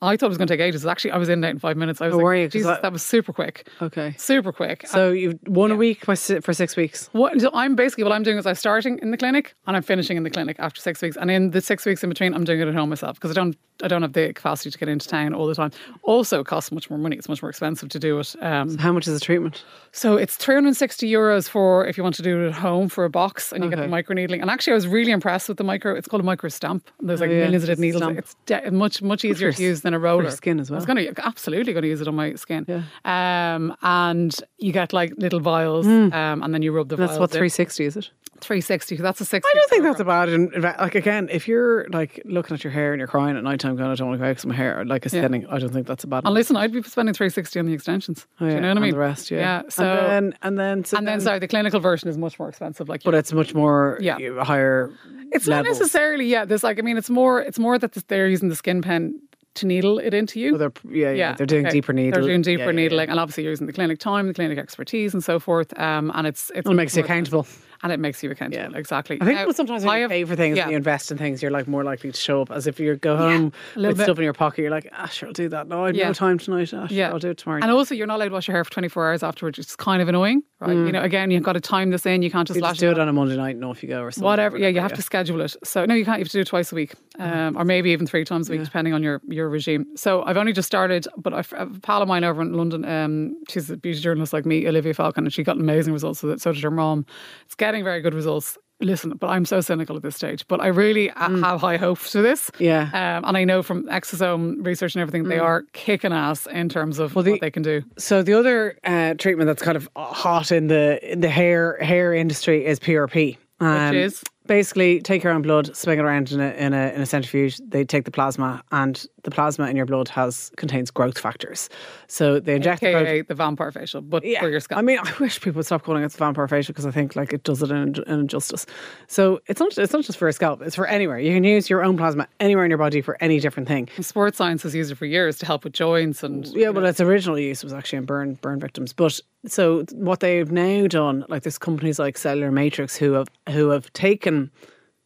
[SPEAKER 3] I thought it was going to take ages. Actually, I was in and out in five minutes. I was
[SPEAKER 4] Oh,
[SPEAKER 3] like,
[SPEAKER 4] Mm-hmm. were you? 'Cause
[SPEAKER 3] Jesus,
[SPEAKER 4] I-
[SPEAKER 3] that was super quick.
[SPEAKER 4] Okay.
[SPEAKER 3] Super quick. So,
[SPEAKER 4] So you've one a week for si- for six weeks.
[SPEAKER 3] what, so I'm basically what I'm doing is I'm starting in the clinic and I'm finishing in the clinic after six weeks, and in the six weeks in between, I'm doing it at home myself because I don't I don't have the capacity to get into town all the time. Also, it costs much more money. It's much more expensive to do it. Um,
[SPEAKER 4] How much is the treatment?
[SPEAKER 3] so it's 360 euros for if you want to do it at home for a box and you get the microneedling. And actually, I was really impressed with the micro. It's called a micro stamp. And there's like
[SPEAKER 4] Oh, yeah,
[SPEAKER 3] millions of different needles.
[SPEAKER 4] stamp.
[SPEAKER 3] It's de- much much easier
[SPEAKER 4] your
[SPEAKER 3] to use than a
[SPEAKER 4] s- for your
[SPEAKER 3] roller.
[SPEAKER 4] skin as
[SPEAKER 3] I was
[SPEAKER 4] well.
[SPEAKER 3] going to absolutely going to use it on my skin. Um, and you get like little vials, um, and then you rub the
[SPEAKER 4] Hmm. That's
[SPEAKER 3] vials.
[SPEAKER 4] what
[SPEAKER 3] in.
[SPEAKER 4] three sixty is it?
[SPEAKER 3] 360. That's a six.
[SPEAKER 4] I don't think that's a bad. in- in fact, Like again, if you're like looking at your hair and you're crying at night time, going, I don't want to go out 'cause my hair or, like is thinning. I don't think that's a bad.
[SPEAKER 3] And listen, I'd be spending 360 on the extensions.
[SPEAKER 4] Oh,
[SPEAKER 3] Do
[SPEAKER 4] yeah,
[SPEAKER 3] you know what I
[SPEAKER 4] and
[SPEAKER 3] mean?
[SPEAKER 4] The rest, yeah.
[SPEAKER 3] Yeah. So
[SPEAKER 4] and then and then, so then-
[SPEAKER 3] sorry, the clinical version is much more expensive. Like,
[SPEAKER 4] but it's much more
[SPEAKER 3] Yeah.
[SPEAKER 4] you- higher.
[SPEAKER 3] It's
[SPEAKER 4] level.
[SPEAKER 3] not necessarily, yeah. There's like, I mean, it's more, it's more that they're using the skin pen to needle it into you.
[SPEAKER 4] So Oh, they're- yeah, yeah, they're doing
[SPEAKER 3] okay.
[SPEAKER 4] deeper needle.
[SPEAKER 3] They're doing
[SPEAKER 4] Yeah,
[SPEAKER 3] deeper
[SPEAKER 4] yeah, yeah.
[SPEAKER 3] needling, and obviously you're using the clinic time, the clinic expertise, and so forth. Um, and it's, it's
[SPEAKER 4] It makes you
[SPEAKER 3] more-
[SPEAKER 4] accountable.
[SPEAKER 3] and it makes you accountable.
[SPEAKER 4] Yeah.
[SPEAKER 3] exactly.
[SPEAKER 4] I think
[SPEAKER 3] Now,
[SPEAKER 4] people sometimes when
[SPEAKER 3] I
[SPEAKER 4] you
[SPEAKER 3] have-
[SPEAKER 4] pay for things
[SPEAKER 3] yeah.
[SPEAKER 4] and you invest in things, you're like more likely to show up. As if you go home
[SPEAKER 3] a little
[SPEAKER 4] with
[SPEAKER 3] bit.
[SPEAKER 4] stuff in your pocket, you're like, ah, sure, I'll do that. No, I have
[SPEAKER 3] Yeah.
[SPEAKER 4] no time tonight. Ah, sure, I'll do it tomorrow.
[SPEAKER 3] And also, you're not allowed to wash your hair for 24 hours afterwards. It's kind of annoying, right? You know, again, you've got to time this in. You can't just
[SPEAKER 4] Mm. you
[SPEAKER 3] lash
[SPEAKER 4] just do it on a Monday night and off you go or something.
[SPEAKER 3] whatever. Yeah, you have to schedule it. So no, you can't. You have to do it twice a week, um, or maybe even three times a week, depending on your your regime. So I've only just started, but I've, a pal of mine over in London. Um, she's a beauty journalist like me, Olivia Falcon, and she got amazing results with it. So did her mom. It's getting very good results. Listen, but I'm so cynical at this stage. But I really uh, have high hopes for this.
[SPEAKER 4] Mm. Yeah. Mm.
[SPEAKER 3] um, and I know from exosome research and everything, they are kicking ass in terms of
[SPEAKER 4] the-
[SPEAKER 3] what they can do.
[SPEAKER 4] So the other uh, treatment that's kind of hot in the in the hair hair industry is PRP, um,
[SPEAKER 3] is?
[SPEAKER 4] basically take your own blood, swing it around in a, in a in a centrifuge. They take the plasma, and the plasma in your blood has contains growth factors. So they inject the growth
[SPEAKER 3] AKA the vampire facial, but for your scalp.
[SPEAKER 4] I mean, I wish people would stop calling it vampire facial because I think like it does it an, an injustice. So it's not it's not just for a scalp; it's for anywhere. You can use your own plasma anywhere in your body for any different thing.
[SPEAKER 3] Sports science has used it for years to help with joints and
[SPEAKER 4] Yeah, well, its original use was actually in burn burn victims. But so th- what they've now done, like there's companies like Cellular Matrix who have who have taken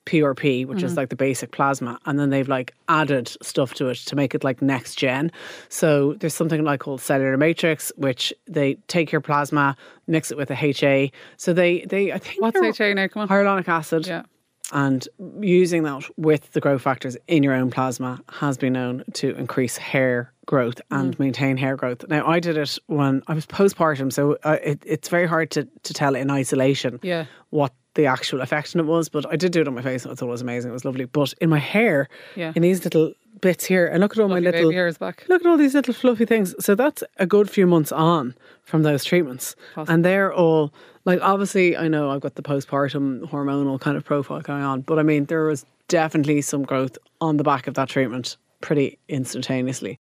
[SPEAKER 4] PRP, which
[SPEAKER 3] Mm-hmm.
[SPEAKER 4] is like the basic plasma, and then they've like added stuff to it to make it like next gen. So there's something like called Cellular Matrix, which they take your plasma, mix it with a HA. So they they I think
[SPEAKER 3] What's
[SPEAKER 4] they're-
[SPEAKER 3] HA now? Come on.
[SPEAKER 4] hyaluronic acid.
[SPEAKER 3] Yeah.
[SPEAKER 4] And using that with the growth factors in your own plasma has been known to increase hair growth and
[SPEAKER 3] Mm.
[SPEAKER 4] maintain hair growth. Now, I did it when I was postpartum, so uh, it, it's very hard to, to tell in isolation
[SPEAKER 3] Yeah.
[SPEAKER 4] what the actual effect on it was. But I did do it on my face, and I thought it was amazing. It was lovely. But in my hair,
[SPEAKER 3] Yeah.
[SPEAKER 4] in these little bits here, and look at all my
[SPEAKER 3] Lovely
[SPEAKER 4] little
[SPEAKER 3] baby hair is back.
[SPEAKER 4] Look at all these little fluffy things. So that's a good few months on from those treatments. And they're all like obviously I know I've got the postpartum hormonal kind of profile going on, but I mean there was definitely some growth on the back of that treatment pretty instantaneously.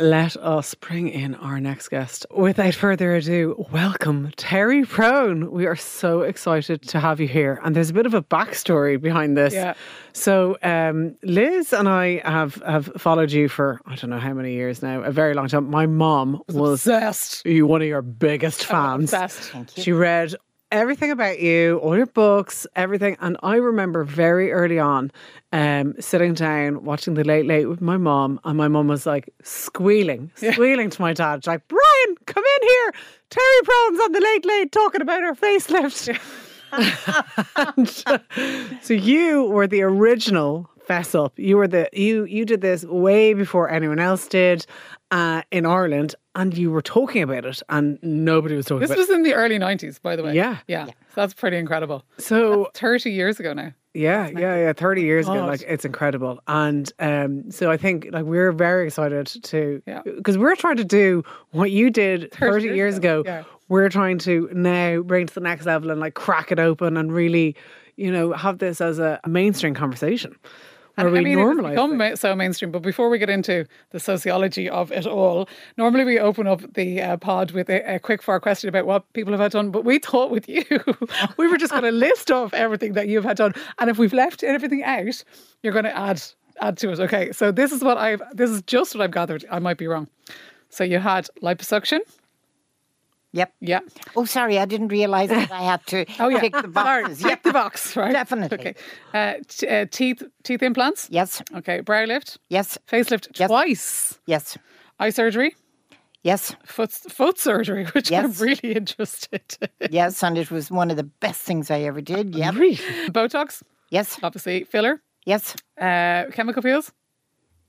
[SPEAKER 4] Let us bring in our next guest. Without further ado, welcome Terry Prone. We are so excited to have you here. And there's a bit of a backstory behind this.
[SPEAKER 3] Yeah.
[SPEAKER 4] So um, Liz and I have have followed you for I don't know how many years now, a very long time. My mom was
[SPEAKER 3] Zest.
[SPEAKER 4] you one of your biggest fans.
[SPEAKER 3] Zest.
[SPEAKER 4] She read everything about you, all your books, everything. And I remember very early on um, sitting down watching The Late Late with my mom, and my mom was like squealing, squealing to my dad, like, Brian, come in here. Terry Prone's on The Late Late talking about her facelift. And so you were the original fess up. You were the you you did this way before anyone else did uh, in Ireland, and you were talking about it, and nobody was talking
[SPEAKER 3] This
[SPEAKER 4] about
[SPEAKER 3] was in the early 90s, by the way.
[SPEAKER 4] Yeah.
[SPEAKER 3] Yeah. So that's pretty incredible.
[SPEAKER 4] it. So
[SPEAKER 3] 30 years ago now.
[SPEAKER 4] yeah, yeah, yeah. Thirty years ago, like it's incredible, and um, so I think like we're very excited to
[SPEAKER 3] Yeah.
[SPEAKER 4] because we're trying to do what you did thirty
[SPEAKER 3] years
[SPEAKER 4] years
[SPEAKER 3] ago,
[SPEAKER 4] ago.
[SPEAKER 3] yeah.
[SPEAKER 4] We're trying to now bring to the next level and like crack it open and really, you know, have this as a mainstream conversation. Where
[SPEAKER 3] And
[SPEAKER 4] we
[SPEAKER 3] I mean, it
[SPEAKER 4] normalize
[SPEAKER 3] has become ma- so mainstream. But before we get into the sociology of it all, normally we open up the uh, pod with a, a quick fire question about what people have had done. But we thought with you, we were just going to list off everything that you've had done, and if we've left everything out, you're going to add add to it. Okay, so this is what I've this is just what I've gathered. I might be wrong. So you had liposuction.
[SPEAKER 6] Yep.
[SPEAKER 3] Yeah.
[SPEAKER 6] Oh, sorry, I didn't realize that I had to
[SPEAKER 3] Oh yeah.
[SPEAKER 6] tick the
[SPEAKER 3] Sorry,
[SPEAKER 6] boxes.
[SPEAKER 3] tick the box. Right.
[SPEAKER 6] Definitely.
[SPEAKER 3] Okay. Uh, t- uh, teeth teeth implants.
[SPEAKER 6] Yes.
[SPEAKER 3] Okay. Brow lift.
[SPEAKER 6] Yes.
[SPEAKER 3] Facelift
[SPEAKER 6] Yes.
[SPEAKER 3] twice.
[SPEAKER 6] Yes.
[SPEAKER 3] eye surgery,
[SPEAKER 6] Yes.
[SPEAKER 3] foot foot surgery, which I'm
[SPEAKER 6] Yes.
[SPEAKER 3] really interested. in.
[SPEAKER 6] Yes. And it was one of the best things I ever did.
[SPEAKER 3] Oh,
[SPEAKER 6] Yep.
[SPEAKER 3] Botox,
[SPEAKER 6] Yes.
[SPEAKER 3] obviously filler,
[SPEAKER 6] Yes.
[SPEAKER 3] uh, chemical peels.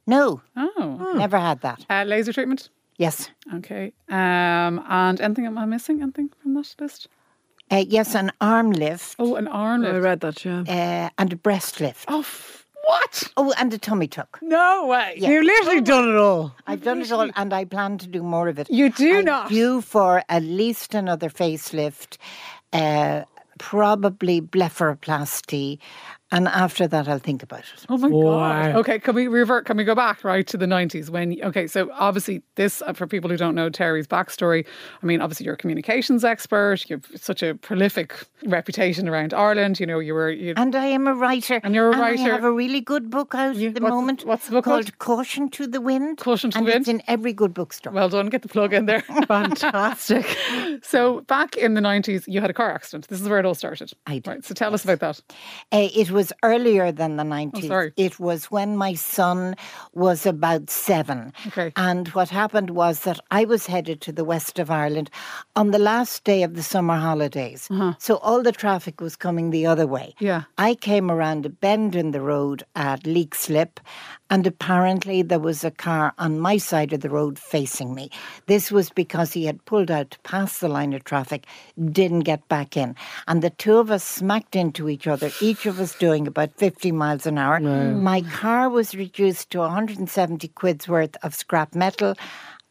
[SPEAKER 6] No.
[SPEAKER 3] Oh,
[SPEAKER 6] Never had that.
[SPEAKER 3] uh, laser treatment.
[SPEAKER 6] Yes.
[SPEAKER 3] Okay. Um, and anything am I missing? Anything from that list?
[SPEAKER 6] Uh, yes, an arm lift
[SPEAKER 3] Oh, an arm
[SPEAKER 4] I
[SPEAKER 3] lift.
[SPEAKER 4] read that, yeah.
[SPEAKER 6] uh, and a breast lift.
[SPEAKER 3] Oh, f- what?
[SPEAKER 6] Oh, and a tummy tuck.
[SPEAKER 3] No way.
[SPEAKER 4] You've literally done it all.
[SPEAKER 6] I've done it all and I plan to do more of it.
[SPEAKER 3] You do
[SPEAKER 6] I'm
[SPEAKER 3] not.
[SPEAKER 6] Due for at least another facelift, uh, probably blepharoplasty, And after that, I'll think about it.
[SPEAKER 3] Oh my god.
[SPEAKER 4] Wow.
[SPEAKER 3] Okay, can we revert? Can we go back right to the nineties when? Okay, so obviously this uh, for people who don't know Terry's backstory. I mean, obviously you're a communications expert. You've such a prolific reputation around Ireland. You know, you were you,
[SPEAKER 6] And I am a writer.
[SPEAKER 3] And you're a
[SPEAKER 6] I
[SPEAKER 3] writer.
[SPEAKER 6] have a really good book out
[SPEAKER 3] You-
[SPEAKER 6] at the
[SPEAKER 3] what's-
[SPEAKER 6] moment.
[SPEAKER 3] what's the book called?
[SPEAKER 6] called? Caution to the Wind.
[SPEAKER 3] Caution to
[SPEAKER 6] and
[SPEAKER 3] the
[SPEAKER 6] It's
[SPEAKER 3] Wind.
[SPEAKER 6] in every good bookstore.
[SPEAKER 3] well done. Get the plug in there.
[SPEAKER 4] Fantastic.
[SPEAKER 3] so back in the nineties, you had a car accident. This is where it all started.
[SPEAKER 6] I did,
[SPEAKER 3] Right. So tell us about that.
[SPEAKER 6] Uh, it was earlier than the 90s.
[SPEAKER 3] Oh, sorry.
[SPEAKER 6] It was when my son was about seven.
[SPEAKER 3] Okay.
[SPEAKER 6] And what happened was that I was headed to the west of Ireland on the last day of the summer holidays.
[SPEAKER 3] Uh-huh.
[SPEAKER 6] So all the traffic was coming the other way.
[SPEAKER 3] Yeah.
[SPEAKER 6] I came around a bend in the road at Leak Slip, and apparently there was a car on my side of the road facing me. This was because he had pulled out to pass the line of traffic, didn't get back in. And the two of us smacked into each other, each of us doing about 50 miles an hour. My car was reduced to 170 quid's worth of scrap metal.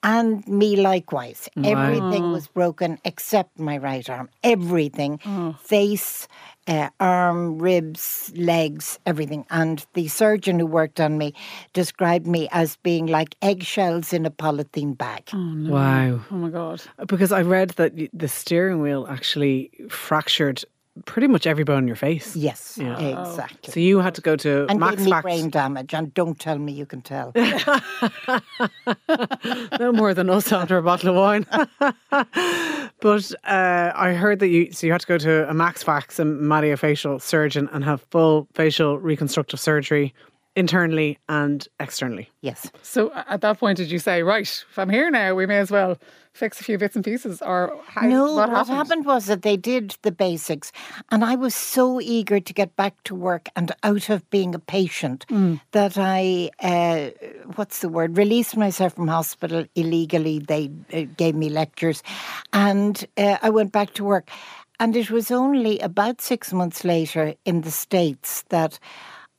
[SPEAKER 6] And me likewise. Everything was broken except my right arm. Everything face, uh, arm, ribs, legs, everything. And the surgeon who worked on me described me as being like eggshells in a polythene bag.
[SPEAKER 4] Mm. Wow.
[SPEAKER 3] Oh my god.
[SPEAKER 4] Because I read that y- the steering wheel actually fractured pretty much every bone in your face.
[SPEAKER 6] Yes,
[SPEAKER 4] Yeah.
[SPEAKER 6] exactly.
[SPEAKER 4] So you had to go to
[SPEAKER 6] and
[SPEAKER 4] Max
[SPEAKER 6] gave me
[SPEAKER 4] Factor-
[SPEAKER 6] brain damage. And don't tell me you can tell.
[SPEAKER 4] no more than us after a bottle of wine. but uh, I heard that you so you had to go to a Max Fax, a maxillofacial surgeon, and have full facial reconstructive surgery internally and externally.
[SPEAKER 6] yes.
[SPEAKER 3] So a- at that point, did you say, right, if I'm here now, we may as well fix a few bits and pieces, or how,
[SPEAKER 6] No,
[SPEAKER 3] what
[SPEAKER 6] what happened? was that they did the basics, and I was so eager to get back to work and out of being a patient that I, uh, what's the word, released myself from hospital illegally. They uh, gave me lectures, and uh, I went back to work. And it was only about six months later in the States that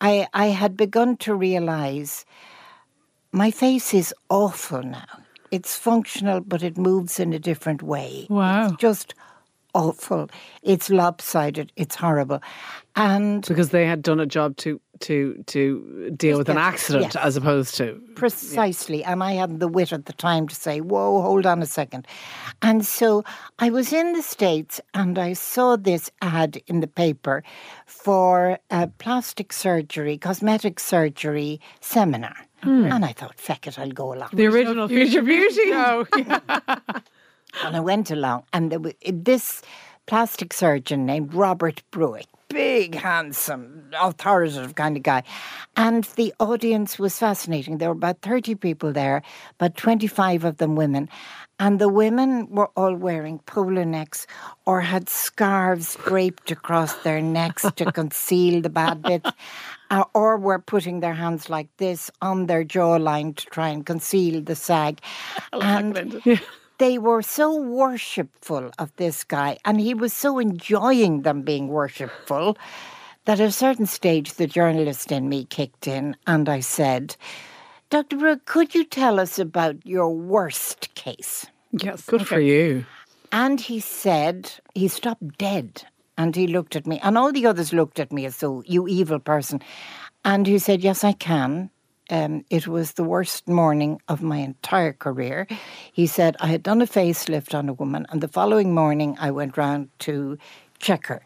[SPEAKER 6] I, I had begun to realize my face is awful now. It's functional, but it moves in a different way.
[SPEAKER 3] Wow.
[SPEAKER 6] It's just awful. It's lopsided. It's horrible. And
[SPEAKER 4] Because they had done a job to to to deal with an
[SPEAKER 6] get-
[SPEAKER 4] accident
[SPEAKER 6] yes.
[SPEAKER 4] as opposed to
[SPEAKER 6] precisely. And I had the wit at the time to say, whoa, hold on a second. And so I was in the States and I saw this ad in the paper for a plastic surgery, cosmetic surgery seminar. And I thought, feck it, I'll go along.
[SPEAKER 4] the original Future Beauty.
[SPEAKER 6] And I went along, and there was this plastic surgeon named Robert Bruick, big, handsome, authoritative kind of guy. And the audience was fascinating. There were about 30 people there, about 25 of them women. And the women were all wearing polo necks or had scarves draped across their necks to conceal the bad bits, uh, or were putting their hands like this on their jawline to try and conceal the sag. And they were so worshipful of this guy, and he was so enjoying them being worshipful that at a certain stage the journalist in me kicked in, and I said, Dr. Brooke, could you tell us about your worst case?
[SPEAKER 3] Yes.
[SPEAKER 4] Good for you.
[SPEAKER 6] And he said, he stopped dead. And he looked at me, and all the others looked at me as though, you evil person. And he said, Yes, I can. Um, it was the worst morning of my entire career. He said, I had done a facelift on a woman, and the following morning I went round to check her.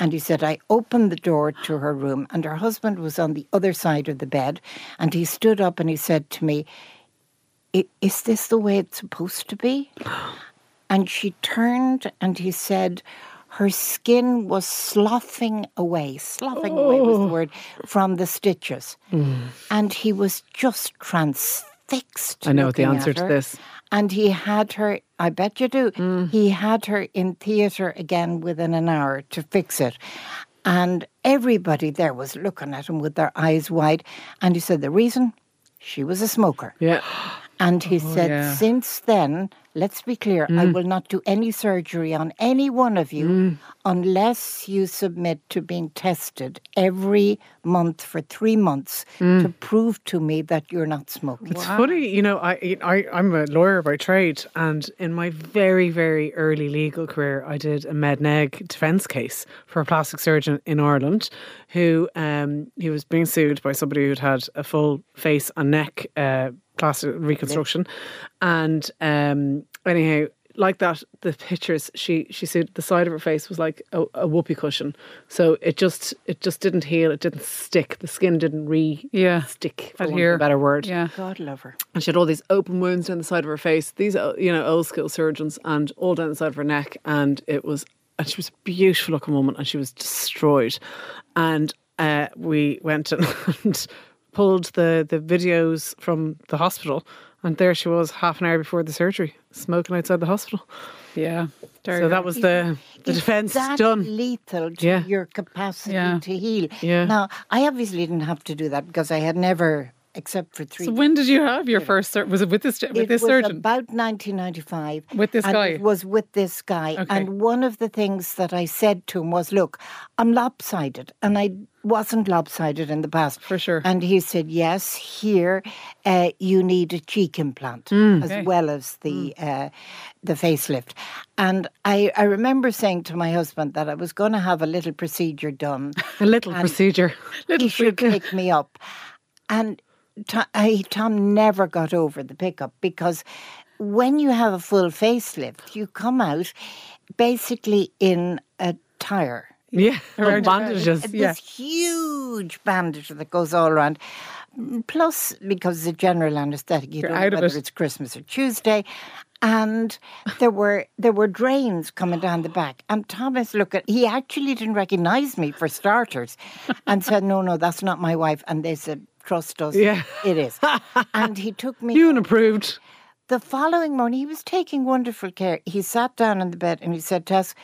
[SPEAKER 6] And he said, I opened the door to her room, and her husband was on the other side of the bed. And he stood up and he said to me, "I- Is this the way it's supposed to be? And she turned and he said, her skin was sloughing away. Sloughing away was
[SPEAKER 4] Oh.
[SPEAKER 6] the word from the stitches.
[SPEAKER 4] Mm.
[SPEAKER 6] And he was just transfixed.
[SPEAKER 4] I know the
[SPEAKER 6] looking
[SPEAKER 4] answer
[SPEAKER 6] at
[SPEAKER 4] to
[SPEAKER 6] her.
[SPEAKER 4] this. Mm.
[SPEAKER 6] And he had her, I bet you do, he had her in theatre again within an hour to fix it. And everybody there was looking at him with their eyes wide. And he said, the reason? She was a smoker.
[SPEAKER 4] Oh, Yeah. Mm.
[SPEAKER 6] And he said,
[SPEAKER 3] yeah.
[SPEAKER 6] since then, let's be clear, I will not do any surgery on any one of you unless you submit to being tested every month for three months
[SPEAKER 4] Mm.
[SPEAKER 6] to prove to me that you're not smoking.
[SPEAKER 4] It's funny, you know, I, I, I'm a lawyer by trade, and in my very, very early legal career, I did a Medneg defence case for a plastic surgeon in Ireland who um, he was being sued by somebody who'd had a full face and neck uh, plastic reconstruction. And um, anyhow, like that, the pictures she she sued the side of her face was like a, a whoopee cushion, so it just it just didn't heal, it didn't stick, the skin didn't re
[SPEAKER 3] Yeah.
[SPEAKER 4] stick for want of
[SPEAKER 3] Adhere.
[SPEAKER 4] a better word
[SPEAKER 3] Yeah.
[SPEAKER 6] God love her.
[SPEAKER 4] and she had all these open wounds down the side of her face. These, uh, you know, old school surgeons, and all down the side of her neck. And it was, and she was a beautiful looking woman, and she was destroyed. And uh, we went and, and pulled the the videos from the hospital, and there she was, half an hour before the surgery, smoking outside the hospital.
[SPEAKER 3] Yeah. There you
[SPEAKER 4] So
[SPEAKER 3] go.
[SPEAKER 4] that was the the
[SPEAKER 6] Is
[SPEAKER 4] defense
[SPEAKER 6] that
[SPEAKER 4] done.
[SPEAKER 6] lethal to
[SPEAKER 4] Yeah.
[SPEAKER 6] your capacity
[SPEAKER 3] Yeah.
[SPEAKER 6] to heal.
[SPEAKER 4] Yeah.
[SPEAKER 6] Now, I obviously didn't have to do that because I had never, except for three.
[SPEAKER 3] So when did you have your first sur- Was it with this ge- with
[SPEAKER 6] it
[SPEAKER 3] this
[SPEAKER 6] was
[SPEAKER 3] surgeon?
[SPEAKER 6] about 1995.
[SPEAKER 3] With this
[SPEAKER 6] and
[SPEAKER 3] guy?
[SPEAKER 6] It was with this guy.
[SPEAKER 3] Okay.
[SPEAKER 6] And one of the things that I said to him was, Look, I'm lopsided. And I wasn't lopsided in the past.
[SPEAKER 3] For sure.
[SPEAKER 6] And he said, Yes, here uh, you need a cheek implant
[SPEAKER 3] Mm. Okay. Mm.
[SPEAKER 6] as well as the, uh, the facelift. And I, I remember saying to my husband that I was going to have a little procedure done.
[SPEAKER 4] A little procedure.
[SPEAKER 6] he should pick me up. And Tom, I, Tom never got over the pickup because when you have a full facelift, you come out basically in a tire.
[SPEAKER 4] Yeah, her bandages.
[SPEAKER 6] This
[SPEAKER 4] Yeah.
[SPEAKER 6] huge bandage that goes all around. Plus, because it's a general anaesthetic, you don't
[SPEAKER 3] out
[SPEAKER 6] know
[SPEAKER 3] of
[SPEAKER 6] whether
[SPEAKER 3] it.
[SPEAKER 6] it's Christmas or Tuesday. And there were there were drains coming down the back. And Thomas looked at he actually didn't recognise me for starters and said, No, no, that's not my wife. And they said, Trust us,
[SPEAKER 4] Yeah.
[SPEAKER 6] it is. And he took me
[SPEAKER 4] You and approved.
[SPEAKER 6] the following morning, he was taking wonderful care. He sat down on the bed and he said, Tess,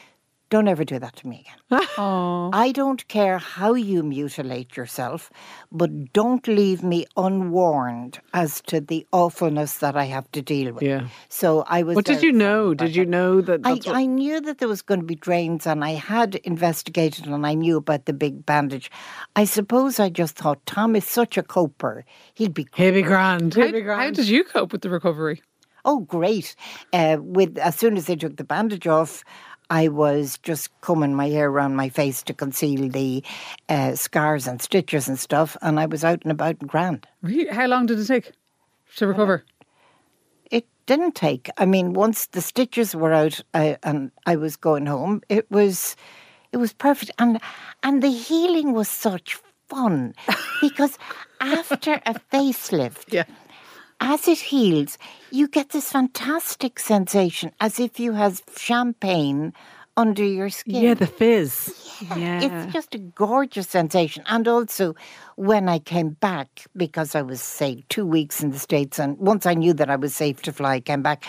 [SPEAKER 6] don't ever do that to me again. I don't care how you mutilate yourself, but don't leave me unwarned as to the awfulness that I have to deal with.
[SPEAKER 4] Yeah.
[SPEAKER 6] So I was.
[SPEAKER 4] What did
[SPEAKER 6] very
[SPEAKER 4] you know?
[SPEAKER 6] excited about
[SPEAKER 4] Did you
[SPEAKER 6] that.
[SPEAKER 4] know that?
[SPEAKER 6] I,
[SPEAKER 4] That's what,
[SPEAKER 6] I knew that there was going to be drains and I had investigated and I knew about the big bandage. I suppose I just thought Tom is such a coper. He'd be
[SPEAKER 4] He'd be grand. He'd be
[SPEAKER 3] how, how
[SPEAKER 4] grand.
[SPEAKER 3] did you cope with the recovery?
[SPEAKER 6] Oh, great! Uh, with as soon as they took the bandage off, I was just combing my hair around my face to conceal the uh, scars and stitches and stuff, and I was out and about and grand.
[SPEAKER 3] Really? How long did it take to recover?
[SPEAKER 6] It didn't take. I mean, once the stitches were out I, and I was going home, it was, it was perfect, and and the healing was such fun because after a facelift,
[SPEAKER 4] Yeah.
[SPEAKER 6] as it heals, you get this fantastic sensation as if you have champagne under your skin.
[SPEAKER 4] Yeah, the fizz.
[SPEAKER 6] It's just a gorgeous sensation. And also, when I came back, because I was, say, two weeks in the States, and once I knew that I was safe to fly, I came back,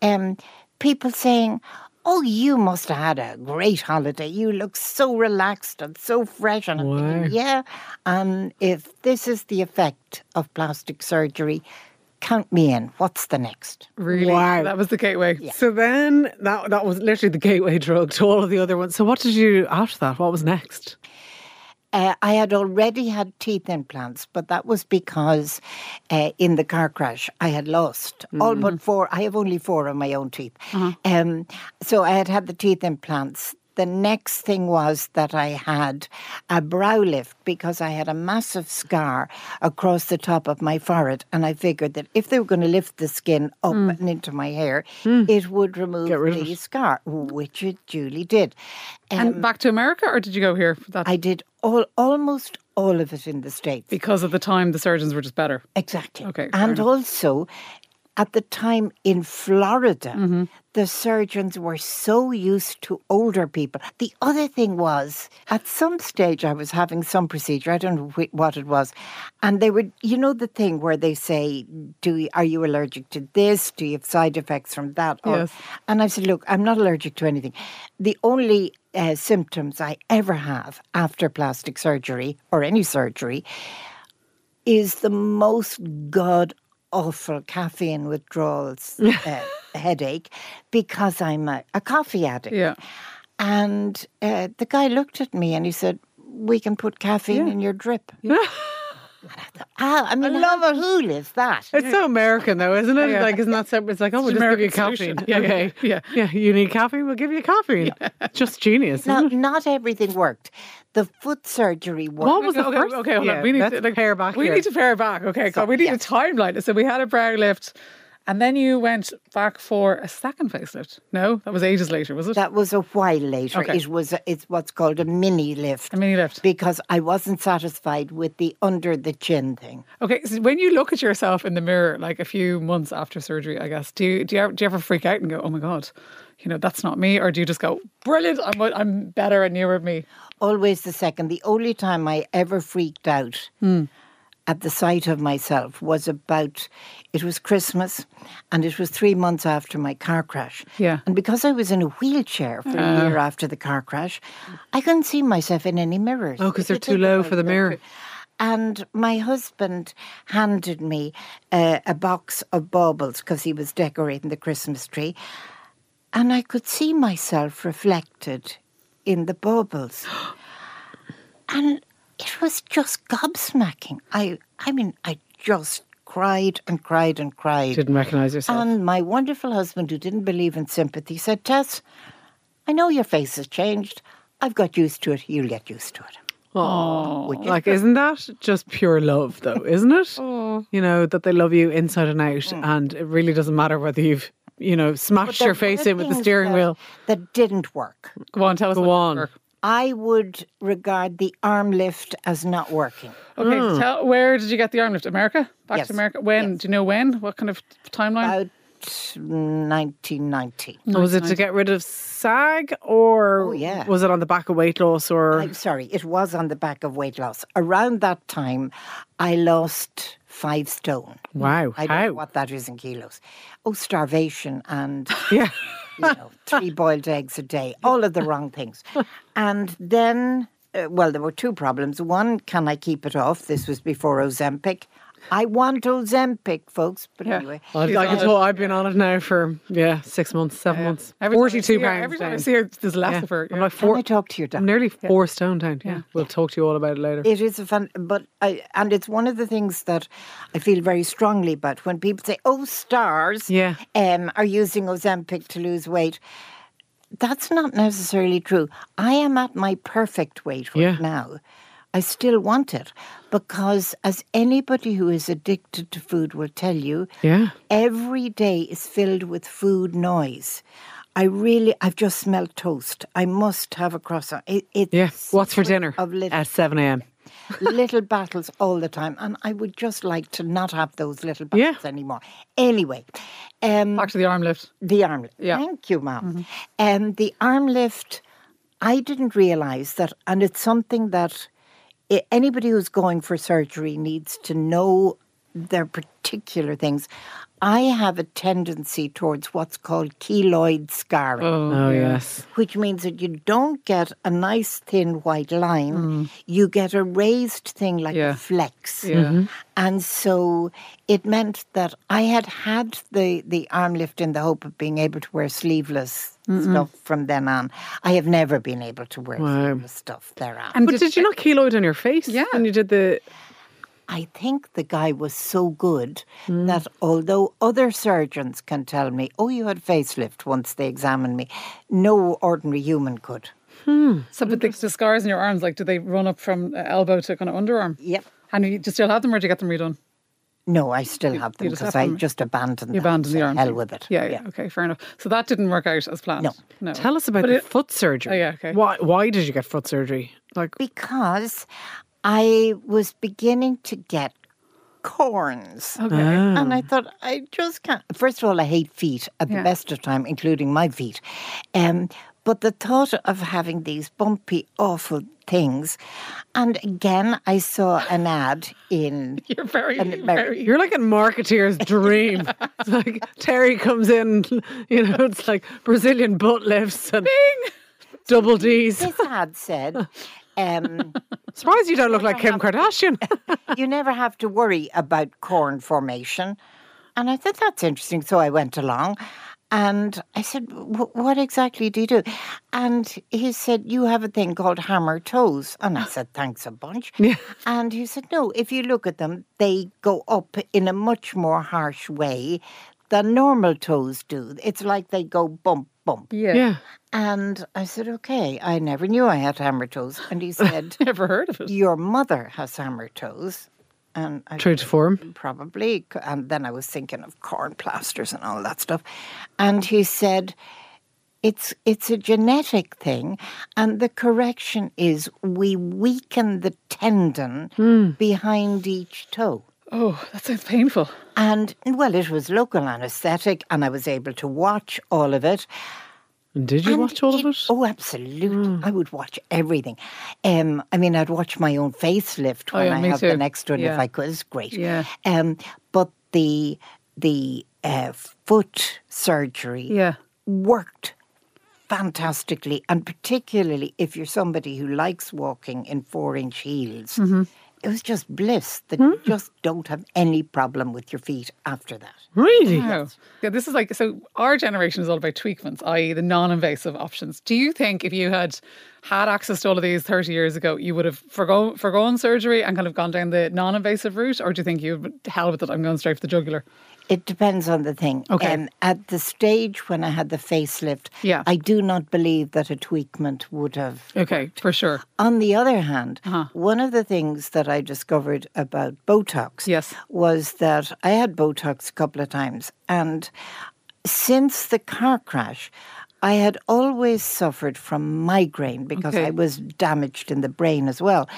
[SPEAKER 6] um, people saying, Oh, you must have had a great holiday. You look so relaxed and so fresh. And I'm thinking,
[SPEAKER 4] Wow.
[SPEAKER 6] yeah. And if this is the effect of plastic surgery, count me in. What's the next?
[SPEAKER 3] Really?
[SPEAKER 4] Wow.
[SPEAKER 3] That was the gateway.
[SPEAKER 4] So then that that was literally the gateway drug to all of the other ones. So what did you do after that? What was next?
[SPEAKER 6] Uh, I had already had teeth implants, but that was because uh, in the car crash I had lost
[SPEAKER 4] Mm-hmm.
[SPEAKER 6] all but four. I have only four of my own teeth.
[SPEAKER 4] Uh-huh.
[SPEAKER 6] Um, so I had had the teeth implants. The next thing was that I had a brow lift because I had a massive scar across the top of my forehead. And I figured that if they were going to lift the skin up and into my hair, it would remove
[SPEAKER 4] Mm. rid of
[SPEAKER 6] the scar, which it duly did.
[SPEAKER 3] And back to America, or did you go here for that?
[SPEAKER 6] I did all almost all of it in the States.
[SPEAKER 3] because at the time, the surgeons were just better.
[SPEAKER 6] exactly.
[SPEAKER 3] Okay, fair
[SPEAKER 6] And also at the time in Florida,
[SPEAKER 3] Mm-hmm.
[SPEAKER 6] the surgeons were so used to older people. The other thing was, at some stage, I was having some procedure. I don't know whi what it was, and they were, you know, the thing where they say, "Do you, are you allergic to this? Do you have side effects from that?" Or,
[SPEAKER 4] Yes.
[SPEAKER 6] And I said, "Look, I'm not allergic to anything. The only uh, symptoms I ever have after plastic surgery or any surgery is the most god awful caffeine withdrawals uh, headache because I'm a, a coffee addict.
[SPEAKER 3] Yeah.
[SPEAKER 6] And uh, the guy looked at me and he said, "We can put caffeine in your drip." Ah, I mean, love it. Who lives that?
[SPEAKER 4] It's so American, though, isn't it?
[SPEAKER 3] Yeah.
[SPEAKER 4] Like, isn't that separate? It's like, oh, we'll just give you
[SPEAKER 3] American solution.
[SPEAKER 4] caffeine.
[SPEAKER 3] Yeah,
[SPEAKER 4] okay.
[SPEAKER 3] yeah,
[SPEAKER 4] Yeah. You need caffeine? We'll give you caffeine. Just genius.
[SPEAKER 6] Now,
[SPEAKER 4] isn't it?
[SPEAKER 6] not everything worked. The foot surgery worked.
[SPEAKER 4] What was the
[SPEAKER 3] okay,
[SPEAKER 4] first?
[SPEAKER 3] Okay, hold
[SPEAKER 4] Yeah,
[SPEAKER 3] on. We need
[SPEAKER 4] let's
[SPEAKER 3] to like,
[SPEAKER 4] pare back
[SPEAKER 3] We
[SPEAKER 4] here.
[SPEAKER 3] need to pare back. Okay, God, we need a timeline. So we had a brow lift, and then you went back for a second facelift. No, that was ages later, was it?
[SPEAKER 6] That was a while later.
[SPEAKER 3] Okay.
[SPEAKER 6] It was a, it's what's called a mini lift.
[SPEAKER 3] a mini lift.
[SPEAKER 6] because I wasn't satisfied with the under the chin thing.
[SPEAKER 3] Okay, so when you look at yourself in the mirror, like a few months after surgery, I guess, do you do you, ever, do you ever freak out and go, "Oh my god, you know that's not me," or do you just go, "Brilliant, I'm what- I'm better and nearer me"?
[SPEAKER 6] Always the second. The only time I ever freaked out
[SPEAKER 4] Hmm.
[SPEAKER 6] at the sight of myself was about it was Christmas and it was three months after my car crash.
[SPEAKER 3] Yeah.
[SPEAKER 6] And because I was in a wheelchair for
[SPEAKER 4] Uh.
[SPEAKER 6] a year after the car crash, I couldn't see myself in any mirrors.
[SPEAKER 4] Oh, because they're too low for the mirror.
[SPEAKER 6] And my husband handed me uh, a box of baubles because he was decorating the Christmas tree. And I could see myself reflected in the baubles. and it was just gobsmacking. I, I mean, I just cried and cried and cried.
[SPEAKER 4] Didn't recognize yourself.
[SPEAKER 6] And my wonderful husband, who didn't believe in sympathy, said, Tess, I know your face has changed. I've got used to it. You'll get used to it.
[SPEAKER 4] like, isn't that just pure love, though? Isn't it?
[SPEAKER 3] Oh.
[SPEAKER 4] You know that they love you inside and out,
[SPEAKER 3] Mm.
[SPEAKER 4] and it really doesn't matter whether you've, you know, smashed
[SPEAKER 6] But
[SPEAKER 4] your
[SPEAKER 6] there were
[SPEAKER 4] face in with the
[SPEAKER 6] things
[SPEAKER 4] steering
[SPEAKER 6] that-
[SPEAKER 4] wheel.
[SPEAKER 6] That didn't work.
[SPEAKER 3] Go on, tell us.
[SPEAKER 4] Go
[SPEAKER 3] what-
[SPEAKER 4] on.
[SPEAKER 6] I would regard the arm lift as not working.
[SPEAKER 3] Okay,
[SPEAKER 4] Mm.
[SPEAKER 3] tell where did you get the arm lift? America, back
[SPEAKER 6] Yes.
[SPEAKER 3] to America. When do you know when? What kind of timeline?
[SPEAKER 6] About 1990.
[SPEAKER 4] was it to get rid of SAG or
[SPEAKER 6] Oh, yeah.
[SPEAKER 4] was it on the back of weight loss or
[SPEAKER 6] I'm sorry, it was on the back of weight loss. Around that time, I lost five stone.
[SPEAKER 4] wow?
[SPEAKER 6] I don't
[SPEAKER 4] how?
[SPEAKER 6] know what that is in kilos. Oh, starvation and
[SPEAKER 4] Yeah.
[SPEAKER 6] you know, three boiled eggs a day, all of the wrong things. And then, uh, well, there were two problems. One, can I keep it off? This was before Ozempic. I want Ozempic, folks. But anyway,
[SPEAKER 4] Well, I can tell I've been on it now for yeah six months, seven months.
[SPEAKER 3] Every time I see
[SPEAKER 4] Forty-two
[SPEAKER 3] her-
[SPEAKER 4] pounds.
[SPEAKER 3] Every time I
[SPEAKER 4] down.
[SPEAKER 3] see her, there's less
[SPEAKER 4] Yeah.
[SPEAKER 3] of her.
[SPEAKER 4] I'm
[SPEAKER 3] yeah.
[SPEAKER 4] like
[SPEAKER 6] can
[SPEAKER 4] four,
[SPEAKER 6] I talk to your doctor?
[SPEAKER 4] I'm nearly four stone down. Yeah. we'll talk to you all about it later.
[SPEAKER 6] It is a fun, but I, and it's one of the things that I feel very strongly about when people say, "Oh, stars,
[SPEAKER 4] Yeah.
[SPEAKER 6] um, are using Ozempic to lose weight." That's not necessarily true. I am at my perfect weight right
[SPEAKER 4] Yeah.
[SPEAKER 6] now. I still want it because, as anybody who is addicted to food will tell you,
[SPEAKER 4] yeah,
[SPEAKER 6] every day is filled with food noise. I really, I've just smelled toast. I must have a croissant. It, it's
[SPEAKER 4] yeah. What's for dinner
[SPEAKER 6] of little-
[SPEAKER 4] at seven a.m.
[SPEAKER 6] little battles all the time, and I would just like to not have those little
[SPEAKER 4] Yeah.
[SPEAKER 6] battles anymore. Anyway, um,
[SPEAKER 3] Back to the arm lift.
[SPEAKER 6] the arm lift.
[SPEAKER 3] Yeah.
[SPEAKER 6] Thank you, ma'am. Um, the arm lift. I didn't realise that, and it's something that i- anybody who's going for surgery needs to know their particular things. I have a tendency towards what's called keloid scarring
[SPEAKER 4] Oh yes.
[SPEAKER 6] which means that you don't get a nice thin white line. You get a raised thing like
[SPEAKER 3] Mm. Yeah.
[SPEAKER 6] a flex.
[SPEAKER 3] Yeah. Mhm.
[SPEAKER 6] And so it meant that I had had the, the arm lift in the hope of being able to wear sleeveless stuff from then on. I have never been able to wear sleeveless stuff thereon.
[SPEAKER 4] But did, you not keloid on your face?
[SPEAKER 3] Yeah.
[SPEAKER 4] When you did the
[SPEAKER 6] I think the guy was so good
[SPEAKER 3] Mm.
[SPEAKER 6] that although other surgeons can tell me, oh, you had facelift once they examine me, no ordinary human could.
[SPEAKER 3] So, but the, the scars in your arms, like, do they run up from uh, elbow to kind of underarm?
[SPEAKER 6] Yep.
[SPEAKER 3] And you just still have them, or do you get them redone?
[SPEAKER 6] No, I still have them
[SPEAKER 3] you just
[SPEAKER 6] because
[SPEAKER 3] have
[SPEAKER 6] I
[SPEAKER 3] them.
[SPEAKER 6] just abandoned
[SPEAKER 3] You
[SPEAKER 6] them.
[SPEAKER 3] abandon the
[SPEAKER 6] So
[SPEAKER 3] arm.
[SPEAKER 6] Hell with it.
[SPEAKER 3] Yeah, yeah, Okay, fair enough. So that didn't work out as planned.
[SPEAKER 6] No.
[SPEAKER 3] No.
[SPEAKER 4] tell us about
[SPEAKER 3] But
[SPEAKER 4] the
[SPEAKER 3] it-
[SPEAKER 4] foot surgery.
[SPEAKER 3] Oh, yeah, okay.
[SPEAKER 4] Why? Why did you get foot surgery? Like
[SPEAKER 6] Because I was beginning to get corns.
[SPEAKER 3] Okay.
[SPEAKER 4] uh,
[SPEAKER 6] And I thought, I just can't. First of all, I hate feet at the
[SPEAKER 3] Mm. Yeah.
[SPEAKER 6] best of time, including my feet. Um, but the thought of having these bumpy, awful things. And again, I saw an ad in.
[SPEAKER 3] You're very,
[SPEAKER 6] And-
[SPEAKER 3] very.
[SPEAKER 4] You're like a marketeer's dream. it's like Terry comes in, you know, it's like Brazilian butt lifts and double D's.
[SPEAKER 6] This ad said, um,
[SPEAKER 4] Surprised you don't look like Kim Kardashian.
[SPEAKER 6] you never have to worry about corn formation. And I thought, that's interesting. So I went along and I said, "Wh- What exactly do you do? And he said, You have a thing called hammer toes. And I said, Thanks a bunch. And he said, No, if you look at them, they go up in a much more harsh way than normal toes do. It's like they go bump, bump.
[SPEAKER 4] Yeah.
[SPEAKER 3] Yeah.
[SPEAKER 6] And I said, Okay, I never knew I had hammer toes. And he said,
[SPEAKER 3] Never heard of it.
[SPEAKER 6] Your mother has hammer toes. And I
[SPEAKER 4] True to form.
[SPEAKER 6] probably. c- And then I was thinking of corn plasters and all that stuff. And he said, it's it's a genetic thing, and the correction is we weaken the tendon behind each toe.
[SPEAKER 3] Oh, that sounds painful.
[SPEAKER 6] And well, it was local anaesthetic, and I was able to watch all of it.
[SPEAKER 4] And did you
[SPEAKER 6] And
[SPEAKER 4] watch all of it?
[SPEAKER 6] Oh, absolutely.
[SPEAKER 3] Hmm.
[SPEAKER 6] I would watch everything. Um, I mean, I'd watch my own facelift when
[SPEAKER 3] Oh, yeah,
[SPEAKER 6] I
[SPEAKER 3] me
[SPEAKER 6] have
[SPEAKER 3] too.
[SPEAKER 6] the next one if
[SPEAKER 3] Yeah.
[SPEAKER 6] I could. It's great.
[SPEAKER 3] Yeah.
[SPEAKER 6] Um, but the the uh, foot surgery
[SPEAKER 3] Yeah.
[SPEAKER 6] worked fantastically, and particularly if you're somebody who likes walking in four inch heels.
[SPEAKER 3] Mm-hmm.
[SPEAKER 6] It was just bliss that
[SPEAKER 3] Hmm.
[SPEAKER 6] you just don't have any problem with your feet after that.
[SPEAKER 4] Really?
[SPEAKER 3] Wow. Yeah, this is like so. Our generation is all about tweakments, i.e., the non-invasive options. Do you think if you had had access to all of these thirty years ago, you would have forgo- forgone surgery and kind of gone down the non-invasive route, or do you think you've been- hell with it? I'm going straight for the jugular.
[SPEAKER 6] It depends on the thing.
[SPEAKER 3] Okay.
[SPEAKER 6] Um, at the stage when I had the facelift,
[SPEAKER 3] Yeah.
[SPEAKER 6] I do not believe that a tweakment would have.
[SPEAKER 3] Okay, for sure.
[SPEAKER 6] On the other hand,
[SPEAKER 3] Uh-huh.
[SPEAKER 6] one of the things that I discovered about Botox
[SPEAKER 3] Yes.
[SPEAKER 6] was that I had Botox a couple of times. And since the car crash, I had always suffered from migraine because
[SPEAKER 3] Okay.
[SPEAKER 6] I was damaged in the brain as well.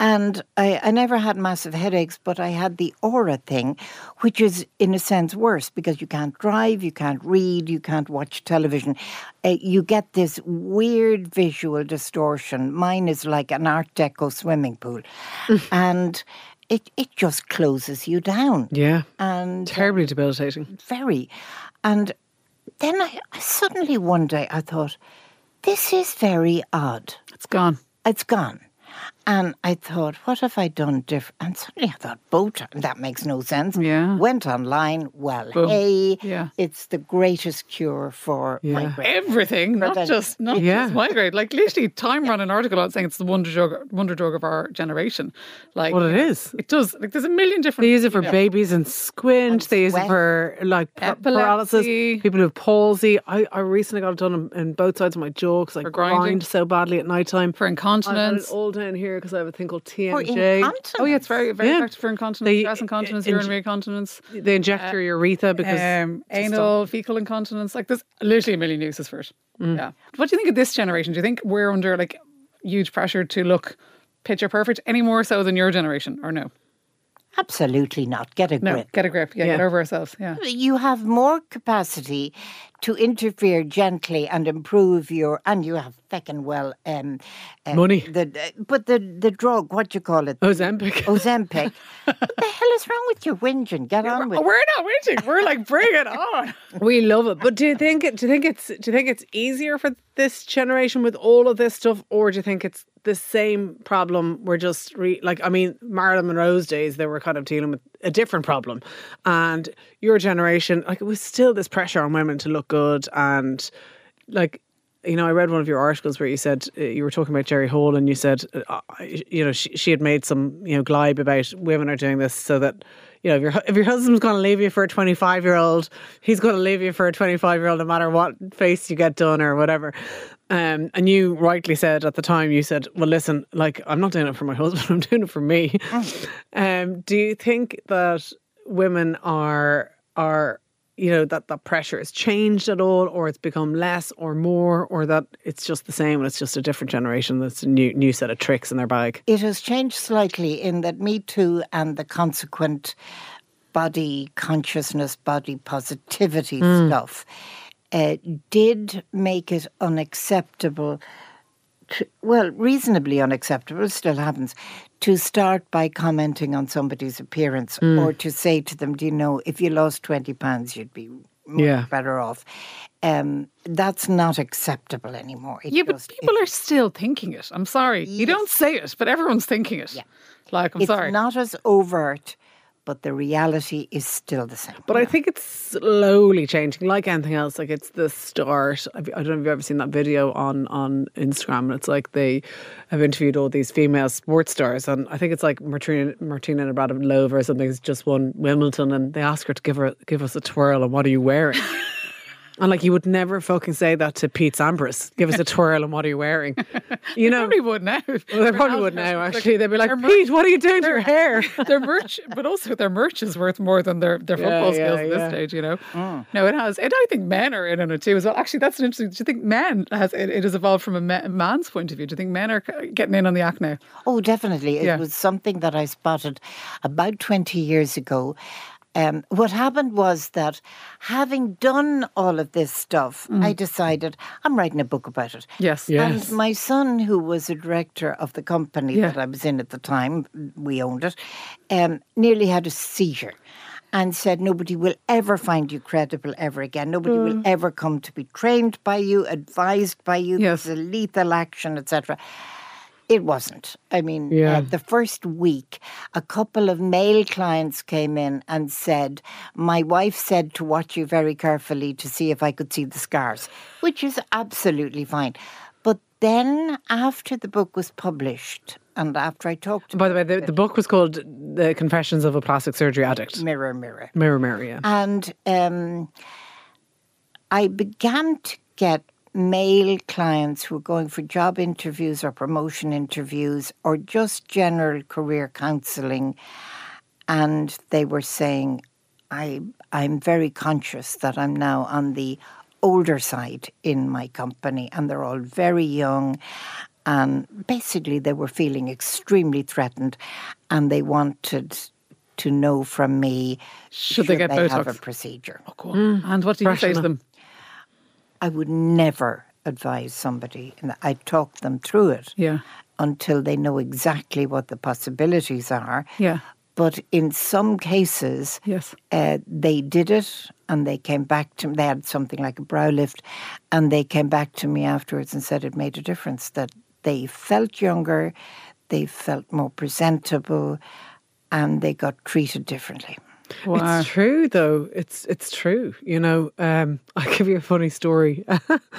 [SPEAKER 6] And I, I never had massive headaches, but I had the aura thing, which is in a sense worse because you can't drive, you can't read, you can't watch television. Uh, you get this weird visual distortion. Mine is like an Art Deco swimming pool. and it, it just closes you down.
[SPEAKER 4] Yeah.
[SPEAKER 3] uh,
[SPEAKER 6] And
[SPEAKER 4] Terribly debilitating.
[SPEAKER 6] very. And then I, I suddenly one day I thought, this is very odd.
[SPEAKER 3] It's gone.
[SPEAKER 6] It's gone. And I thought, what have I done different? And suddenly I thought, Botox, that makes no sense.
[SPEAKER 3] Yeah.
[SPEAKER 6] Went online. Well,
[SPEAKER 3] Boom.
[SPEAKER 6] hey,
[SPEAKER 3] Yeah.
[SPEAKER 6] it's the greatest cure for migraine.
[SPEAKER 3] Everything, not
[SPEAKER 6] Prevention.
[SPEAKER 3] just not
[SPEAKER 4] Yeah.
[SPEAKER 3] just migraine. Like literally, Time ran an article out saying it's the wonder drug, wonder drug of our generation. Like
[SPEAKER 4] Well, it is.
[SPEAKER 3] it does. Like there's a million different.
[SPEAKER 4] They use it for babies and squint. they use it
[SPEAKER 6] sweat.
[SPEAKER 4] for like pa- paralysis.
[SPEAKER 3] Epilepsy.
[SPEAKER 4] People who have palsy. I, I recently got it done in, in both sides of my jaw because I
[SPEAKER 3] grinding.
[SPEAKER 4] grind so badly at night time.
[SPEAKER 3] for
[SPEAKER 4] I've got it
[SPEAKER 3] incontinence.
[SPEAKER 4] all down here because I have a thing called
[SPEAKER 6] Or
[SPEAKER 4] TMJ.
[SPEAKER 6] incontinence.
[SPEAKER 3] Oh yeah, it's very very
[SPEAKER 4] Yeah.
[SPEAKER 3] effective for incontinence,
[SPEAKER 4] They-
[SPEAKER 3] stress incontinence,
[SPEAKER 4] in-
[SPEAKER 3] urinary incontinence.
[SPEAKER 4] They inject your urethra because
[SPEAKER 3] um, anal, fecal incontinence. Like there's literally a million uses for it.
[SPEAKER 4] Mm.
[SPEAKER 3] Yeah. What do you think of this generation? Do you think we're under like huge pressure to look picture perfect any more so than your generation, or no?
[SPEAKER 6] Absolutely not. Get a
[SPEAKER 3] No,
[SPEAKER 6] grip.
[SPEAKER 3] get a grip. Yeah, get
[SPEAKER 4] Yeah.
[SPEAKER 3] over ourselves. Yeah.
[SPEAKER 6] you have more capacity to interfere gently and improve your and you have feckin' well um uh,
[SPEAKER 4] Money.
[SPEAKER 6] the but the the drug what do you call it
[SPEAKER 4] Ozempic.
[SPEAKER 6] Ozempic what the hell is wrong with your whinging get on with
[SPEAKER 3] Oh,
[SPEAKER 6] it
[SPEAKER 3] We're not waiting. We're like, bring it on.
[SPEAKER 4] We love it, but do you think do you think it's do you think it's easier for this generation with all of this stuff, or do you think it's the same problem? We're just re- like I mean, Marilyn Monroe's days they were kind of dealing with a different problem, and your generation like it was still this pressure on women to look good and like. You know, I read one of your articles where you said uh, you were talking about Jerry Hall, and you said, uh, I- you know, she, she had made some, you know, glibe about women are doing this so that you know, if your hu- if your husband's going to leave you for a 25 year old, he's going to leave you for a 25 year old, no matter what face you get done or whatever. Um, and you rightly said at the time, you said, "Well, listen, like I'm not doing it for my husband; I'm doing it for me." um, do you think that women are are you know that that pressure has changed at all, or it's become less or more, or that it's just the same and it's just a different generation that's a new new set of tricks in their bag?
[SPEAKER 6] it has changed slightly in that Me Too and the consequent body consciousness, body positivity
[SPEAKER 3] Hmm.
[SPEAKER 6] stuff uh, did make it unacceptable. To, well, reasonably unacceptable, it still happens, to start by commenting on somebody's appearance
[SPEAKER 3] Hmm.
[SPEAKER 6] or to say to them, Do you know, if you lost 20 pounds, you'd be much
[SPEAKER 4] Yeah.
[SPEAKER 6] better off. Um, that's not acceptable anymore. It
[SPEAKER 3] Yeah, but
[SPEAKER 6] just- it-
[SPEAKER 3] people are still thinking it. I'm sorry. You don't say it, but everyone's thinking it. Like, I'm
[SPEAKER 6] it's
[SPEAKER 3] sorry.
[SPEAKER 6] not as overt, but the reality is still the same.
[SPEAKER 4] But I think it's slowly changing, like anything else. Like it's the start. I've- I don't know if you've ever seen that video on on Instagram, and it's like they have interviewed all these female sports stars, and I think it's like Martina Martina Navratilova or something has just won Wimbledon, and they ask her to give her give us a twirl, and what are you wearing? And like you would never fucking say that to Pete Sampras. Give us a twirl, and what are you wearing? You know,
[SPEAKER 3] Probably would now. Well,
[SPEAKER 4] well, they probably would now. Actually, they'd be like, Pete, what are you doing to your hair?
[SPEAKER 3] their merch, but also their merch is worth more than their, their football
[SPEAKER 4] yeah,
[SPEAKER 3] skills at
[SPEAKER 4] yeah. Mm.
[SPEAKER 3] this stage, you know. No, it has, and I think men are in on it too as well. Actually, that's an interesting. Do you think men has it, it has evolved from a ma- man's point of view? Do you think men are c- getting in on the act now?
[SPEAKER 6] Oh, definitely. It
[SPEAKER 3] Yeah.
[SPEAKER 6] was something that I spotted about 20 years ago. Um, what happened was that having done all of this stuff, I
[SPEAKER 3] Mm.
[SPEAKER 6] decided I'm writing a book about it.
[SPEAKER 3] Yes.
[SPEAKER 4] Yes.
[SPEAKER 6] And my son, who was a director of the company
[SPEAKER 3] Yeah.
[SPEAKER 6] that I was in at the time, we owned it, um, nearly had a seizure and said, Nobody will ever find you credible ever again. Nobody will ever come to be trained by you, advised by you.
[SPEAKER 3] Yes.
[SPEAKER 6] This is a lethal action, etc. It wasn't. I mean, uh,
[SPEAKER 4] Yeah.
[SPEAKER 6] the first week, a couple of male clients came in and said, My wife said to watch you very carefully to see if I could see the scars, which is absolutely fine. But then, after the book was published, and after I talked to
[SPEAKER 4] By the way, the, the book was called The Confessions of a Plastic Surgery Addict.
[SPEAKER 6] Mirror, Mirror,
[SPEAKER 4] Mirror, mirror,
[SPEAKER 3] Ah,
[SPEAKER 4] yeah.
[SPEAKER 6] and um, I began to get male clients who were going for job interviews or promotion interviews or just general career counseling, and they were saying, "I I'm very conscious that I'm now on the older side in my company, and they're all very young." And basically, they were feeling extremely threatened, and they wanted to know from me
[SPEAKER 3] Should they get
[SPEAKER 6] have a
[SPEAKER 3] Botox?
[SPEAKER 6] procedure.
[SPEAKER 4] Mm.
[SPEAKER 3] And what do you say to them?
[SPEAKER 6] I would never advise somebody, and I talk them through it
[SPEAKER 3] Yeah.
[SPEAKER 6] until they know exactly what the possibilities are.
[SPEAKER 3] Yeah.
[SPEAKER 6] But in some cases,
[SPEAKER 3] Yes.
[SPEAKER 6] uh, they did it and they came back to me. They had something like a brow lift, and they came back to me afterwards and said it made a difference that they felt younger, they felt more presentable, and they got treated differently.
[SPEAKER 3] Wow.
[SPEAKER 4] It's true though. It's it's true. You know, um, I'll give you a funny story.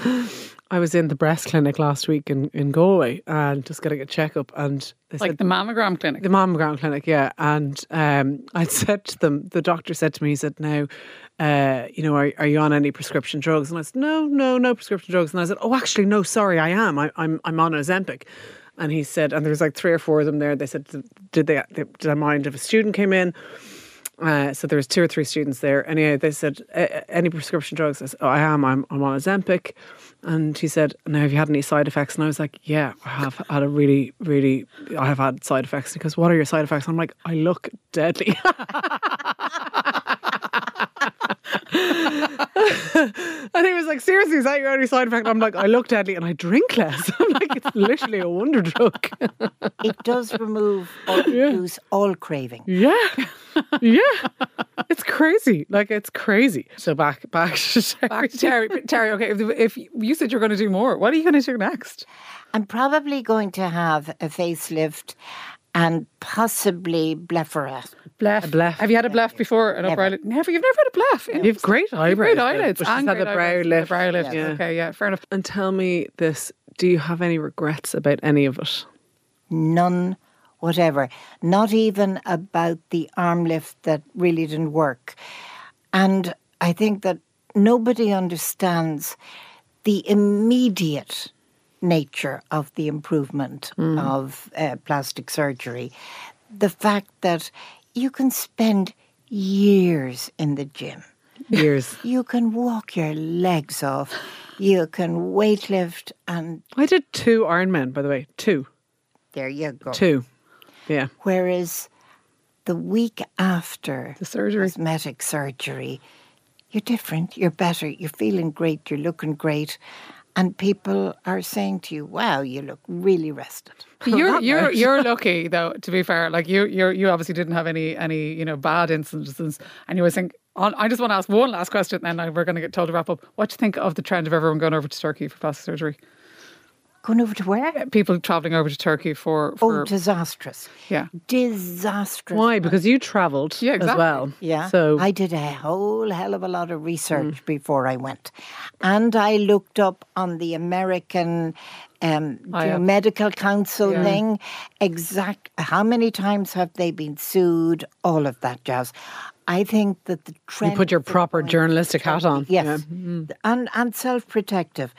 [SPEAKER 4] I was in the breast clinic last week in, in Galway and just getting a checkup and they
[SPEAKER 3] Like
[SPEAKER 4] said
[SPEAKER 3] the mammogram clinic.
[SPEAKER 4] the mammogram clinic, yeah. And um, I said to them, the doctor said to me, he said, now, uh, you know, are, are you on any prescription drugs? And I said, no, no, no prescription drugs. And I said, oh, actually, no, sorry, I am. I, I'm, I'm on Ozempic. And he said, and there was like three or four of them there. They said, did they, did I mind if a student came in? Uh, so there was two or three students there. Anyway, they said, "A- a- "Any prescription drugs?" I said, "Oh, I am. I'm, I'm on Ozempic." And he said, "Now, have you had any side effects?" And I was like, "Yeah, I have had a really, really, I have had side effects." And he goes, "What are your side effects?" And I'm like, "I look deadly." and he was like, "Seriously, is that your only side effect?" And I'm like, "I look deadly, and I drink less." I'm like, "It's literally a wonder drug."
[SPEAKER 6] It does remove or reduce all craving.
[SPEAKER 4] Yeah. Yeah. it's crazy. Like it's crazy. So back back to
[SPEAKER 3] Back to Terry. But Terry, okay, if, if you said you're going to do more, what are you going to do next?
[SPEAKER 6] I'm probably going to have a facelift and possibly blepharoplasty.
[SPEAKER 3] Blef.
[SPEAKER 4] blef.
[SPEAKER 3] Have you had a blef before? An upper
[SPEAKER 6] Never.
[SPEAKER 3] eyelid? Never. You've never had a blef. Yeah.
[SPEAKER 4] You've great eyebrows.
[SPEAKER 3] Great
[SPEAKER 4] though,
[SPEAKER 3] eyelids.
[SPEAKER 4] but she's
[SPEAKER 3] and
[SPEAKER 4] had
[SPEAKER 3] great
[SPEAKER 4] a brow
[SPEAKER 3] eyebrows.
[SPEAKER 4] lift.
[SPEAKER 3] A brow lift.
[SPEAKER 4] Yeah.
[SPEAKER 3] Okay, yeah, fair enough.
[SPEAKER 4] And tell me this, do you have any regrets about any of it?
[SPEAKER 6] None whatever. Not even about the arm lift that really didn't work. And I think that nobody understands the immediate nature of the improvement of uh, plastic surgery. The fact that you can spend years in the gym.
[SPEAKER 4] Years.
[SPEAKER 6] You can walk your legs off. You can weightlift, and
[SPEAKER 4] I did two Ironmen, by the way. Two.
[SPEAKER 6] there you go.
[SPEAKER 4] Two. Yeah.
[SPEAKER 6] Whereas the week after
[SPEAKER 3] The surgery.
[SPEAKER 6] cosmetic surgery, you're different, you're better, you're feeling great, you're looking great. And people are saying to you, wow, you look really rested.
[SPEAKER 3] You're you're you're lucky though. To be fair, like you you you obviously didn't have any any you know bad instances, and you always think. On, I just want to ask one last question, and then we're going to get told to wrap up. What do you think of the trend of everyone going over to Turkey for plastic surgery?
[SPEAKER 6] Going over to where?
[SPEAKER 3] People travelling over to Turkey for,
[SPEAKER 6] Oh,
[SPEAKER 3] for
[SPEAKER 6] disastrous.
[SPEAKER 3] yeah.
[SPEAKER 6] Disastrous.
[SPEAKER 4] Why? Because you travelled
[SPEAKER 3] Yeah,
[SPEAKER 4] as
[SPEAKER 3] exactly.
[SPEAKER 4] well.
[SPEAKER 6] Yeah.
[SPEAKER 4] So Mm.
[SPEAKER 6] I did a whole hell of a lot of research before I went. And I looked up on the American um,
[SPEAKER 4] Oh,
[SPEAKER 6] do you know, Medical Council thing exact how many times have they been sued, all of that jazz. I think that the trend.
[SPEAKER 4] you put your
[SPEAKER 6] is
[SPEAKER 4] proper
[SPEAKER 6] going-
[SPEAKER 4] journalistic hat on. Mm-hmm.
[SPEAKER 6] Yes. And, and self protective.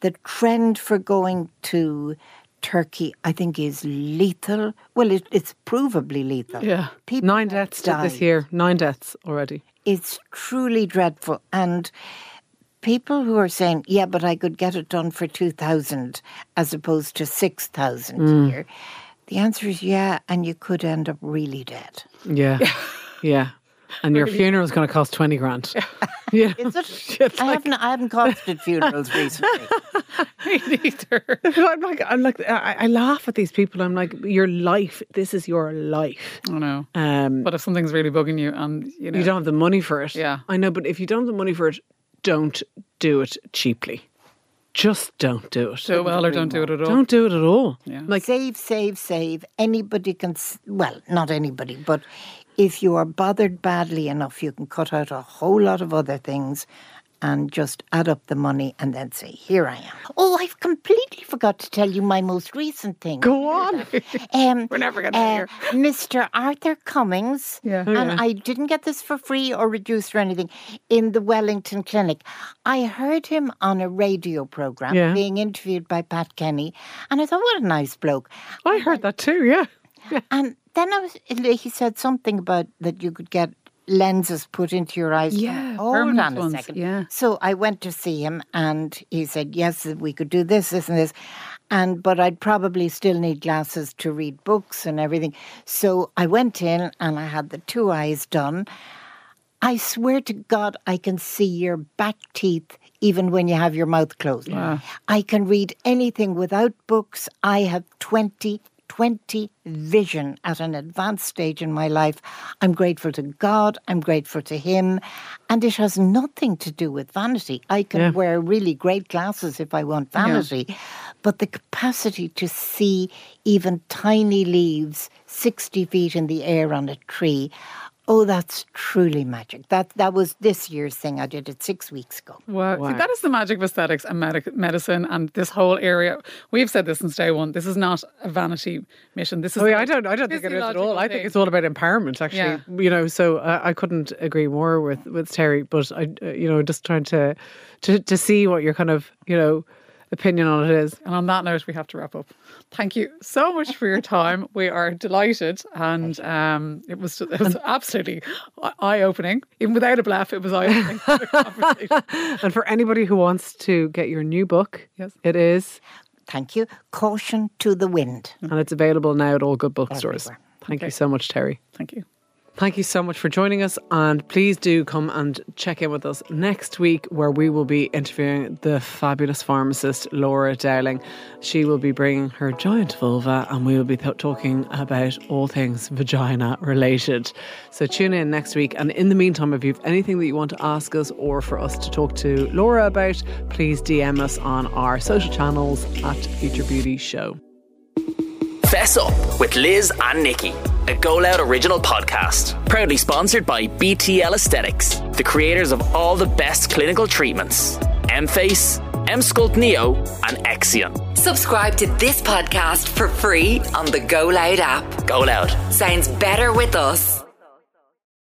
[SPEAKER 6] The trend for going to Turkey, I think, is lethal. Well, it, it's provably lethal.
[SPEAKER 3] Yeah.
[SPEAKER 6] People
[SPEAKER 4] Nine
[SPEAKER 6] have
[SPEAKER 4] deaths did this
[SPEAKER 6] died
[SPEAKER 4] year. Nine deaths already.
[SPEAKER 6] it's truly dreadful. And people who are saying, yeah, but I could get it done for 2,000 as opposed to 6,000 here, the answer is yeah, and you could end up really dead.
[SPEAKER 4] Yeah. yeah. And your funeral's going to cost 20 grand. yeah.
[SPEAKER 6] Is it? I, haven't, I haven't costed funerals recently.
[SPEAKER 4] I'm like, I'm like, I, I laugh at these people. I'm like, your life, this is your life.
[SPEAKER 3] I know.
[SPEAKER 4] Um,
[SPEAKER 3] But if something's really bugging you and you know
[SPEAKER 4] you don't have the money for it.
[SPEAKER 3] Yeah.
[SPEAKER 4] I know, but if you don't have the money for it, don't do it cheaply. Just don't do it.
[SPEAKER 3] do it well or don't do it at all.
[SPEAKER 4] Don't do it at all. Yeah. Like,
[SPEAKER 6] save, save, save. Anybody can, s- well, not anybody, but if you are bothered badly enough, you can cut out a whole lot of other things and just add up the money and then say, here I am. Oh, I've completely forgot to tell you my most recent thing.
[SPEAKER 4] go on.
[SPEAKER 6] Um, We're
[SPEAKER 3] never gonna hear.
[SPEAKER 6] Mr. Arthur Cummings,
[SPEAKER 3] Yeah.
[SPEAKER 6] and Um, I didn't get this for free or reduced or anything, in the Wellington Clinic. I heard him on a radio program
[SPEAKER 4] Yeah.
[SPEAKER 6] being interviewed by Pat Kenny, and I thought, what a nice bloke.
[SPEAKER 4] I heard that too. Yeah.
[SPEAKER 6] And then I was, he said something about that you could get lenses put into your eyes.
[SPEAKER 3] Yeah,
[SPEAKER 6] hold
[SPEAKER 3] permanent
[SPEAKER 6] on a
[SPEAKER 3] ones,
[SPEAKER 6] second.
[SPEAKER 3] yeah.
[SPEAKER 6] So I went to see him, and he said, "Yes, we could do this, this, and this." And but I'd probably still need glasses to read books and everything. So I went in and I had the two eyes done. I swear to God, I can see your back teeth even when you have your mouth closed. I can read anything without books. I have 20 20 vision at an advanced stage in my life. I'm grateful to God. I'm grateful to Him. And it has nothing to do with vanity. I can wear really great glasses if I want vanity, but the capacity to see even tiny leaves 60 feet in the air on a tree. Oh, that's truly magic. That that was this year's thing. I did it six weeks ago.
[SPEAKER 3] Wow. See, that is the magic of aesthetics and medic- medicine and this whole area. We've said this since day one. This is not a vanity mission. This is.
[SPEAKER 4] Oh, yeah,
[SPEAKER 3] a
[SPEAKER 4] I don't. I don't think it is at
[SPEAKER 3] physiological
[SPEAKER 4] all. I think
[SPEAKER 3] thing.
[SPEAKER 4] it's all about empowerment, actually.
[SPEAKER 3] Yeah.
[SPEAKER 4] You know, so uh, I couldn't agree more with with Terry. But I, uh, you know, just trying to, to to see what your kind of you know opinion on it is.
[SPEAKER 3] And on that note, we have to wrap up. Thank you so much for your time. We are delighted, and um, it was it was absolutely eye opening. Even without a bluff, it was eye opening.
[SPEAKER 4] And for anybody who wants to get your new book,
[SPEAKER 3] Yes.
[SPEAKER 4] it is,
[SPEAKER 6] Thank you. Caution to the wind.
[SPEAKER 3] Mm-hmm.
[SPEAKER 4] and it's available now at all good bookstores.
[SPEAKER 6] Everywhere.
[SPEAKER 4] Thank you so much, Terry.
[SPEAKER 3] Thank you.
[SPEAKER 4] Thank you so much for joining us, and please do come and check in with us next week, where we will be interviewing the fabulous pharmacist Laura Dowling. She will be bringing her giant vulva, and we will be th- talking about all things vagina related. So tune in next week, and in the meantime, if you've anything that you want to ask us or for us to talk to Laura about, please DM us on our social channels at Future Beauty Show.
[SPEAKER 1] Fess Up with Liz and Nikki, a Go Loud original podcast, proudly sponsored by BTL Aesthetics, the creators of all the best clinical treatments, M-Face, M-Sculpt Neo, and Exion.
[SPEAKER 2] Subscribe to this podcast for free on the Go Loud app.
[SPEAKER 1] Go Loud.
[SPEAKER 2] Sounds better with us.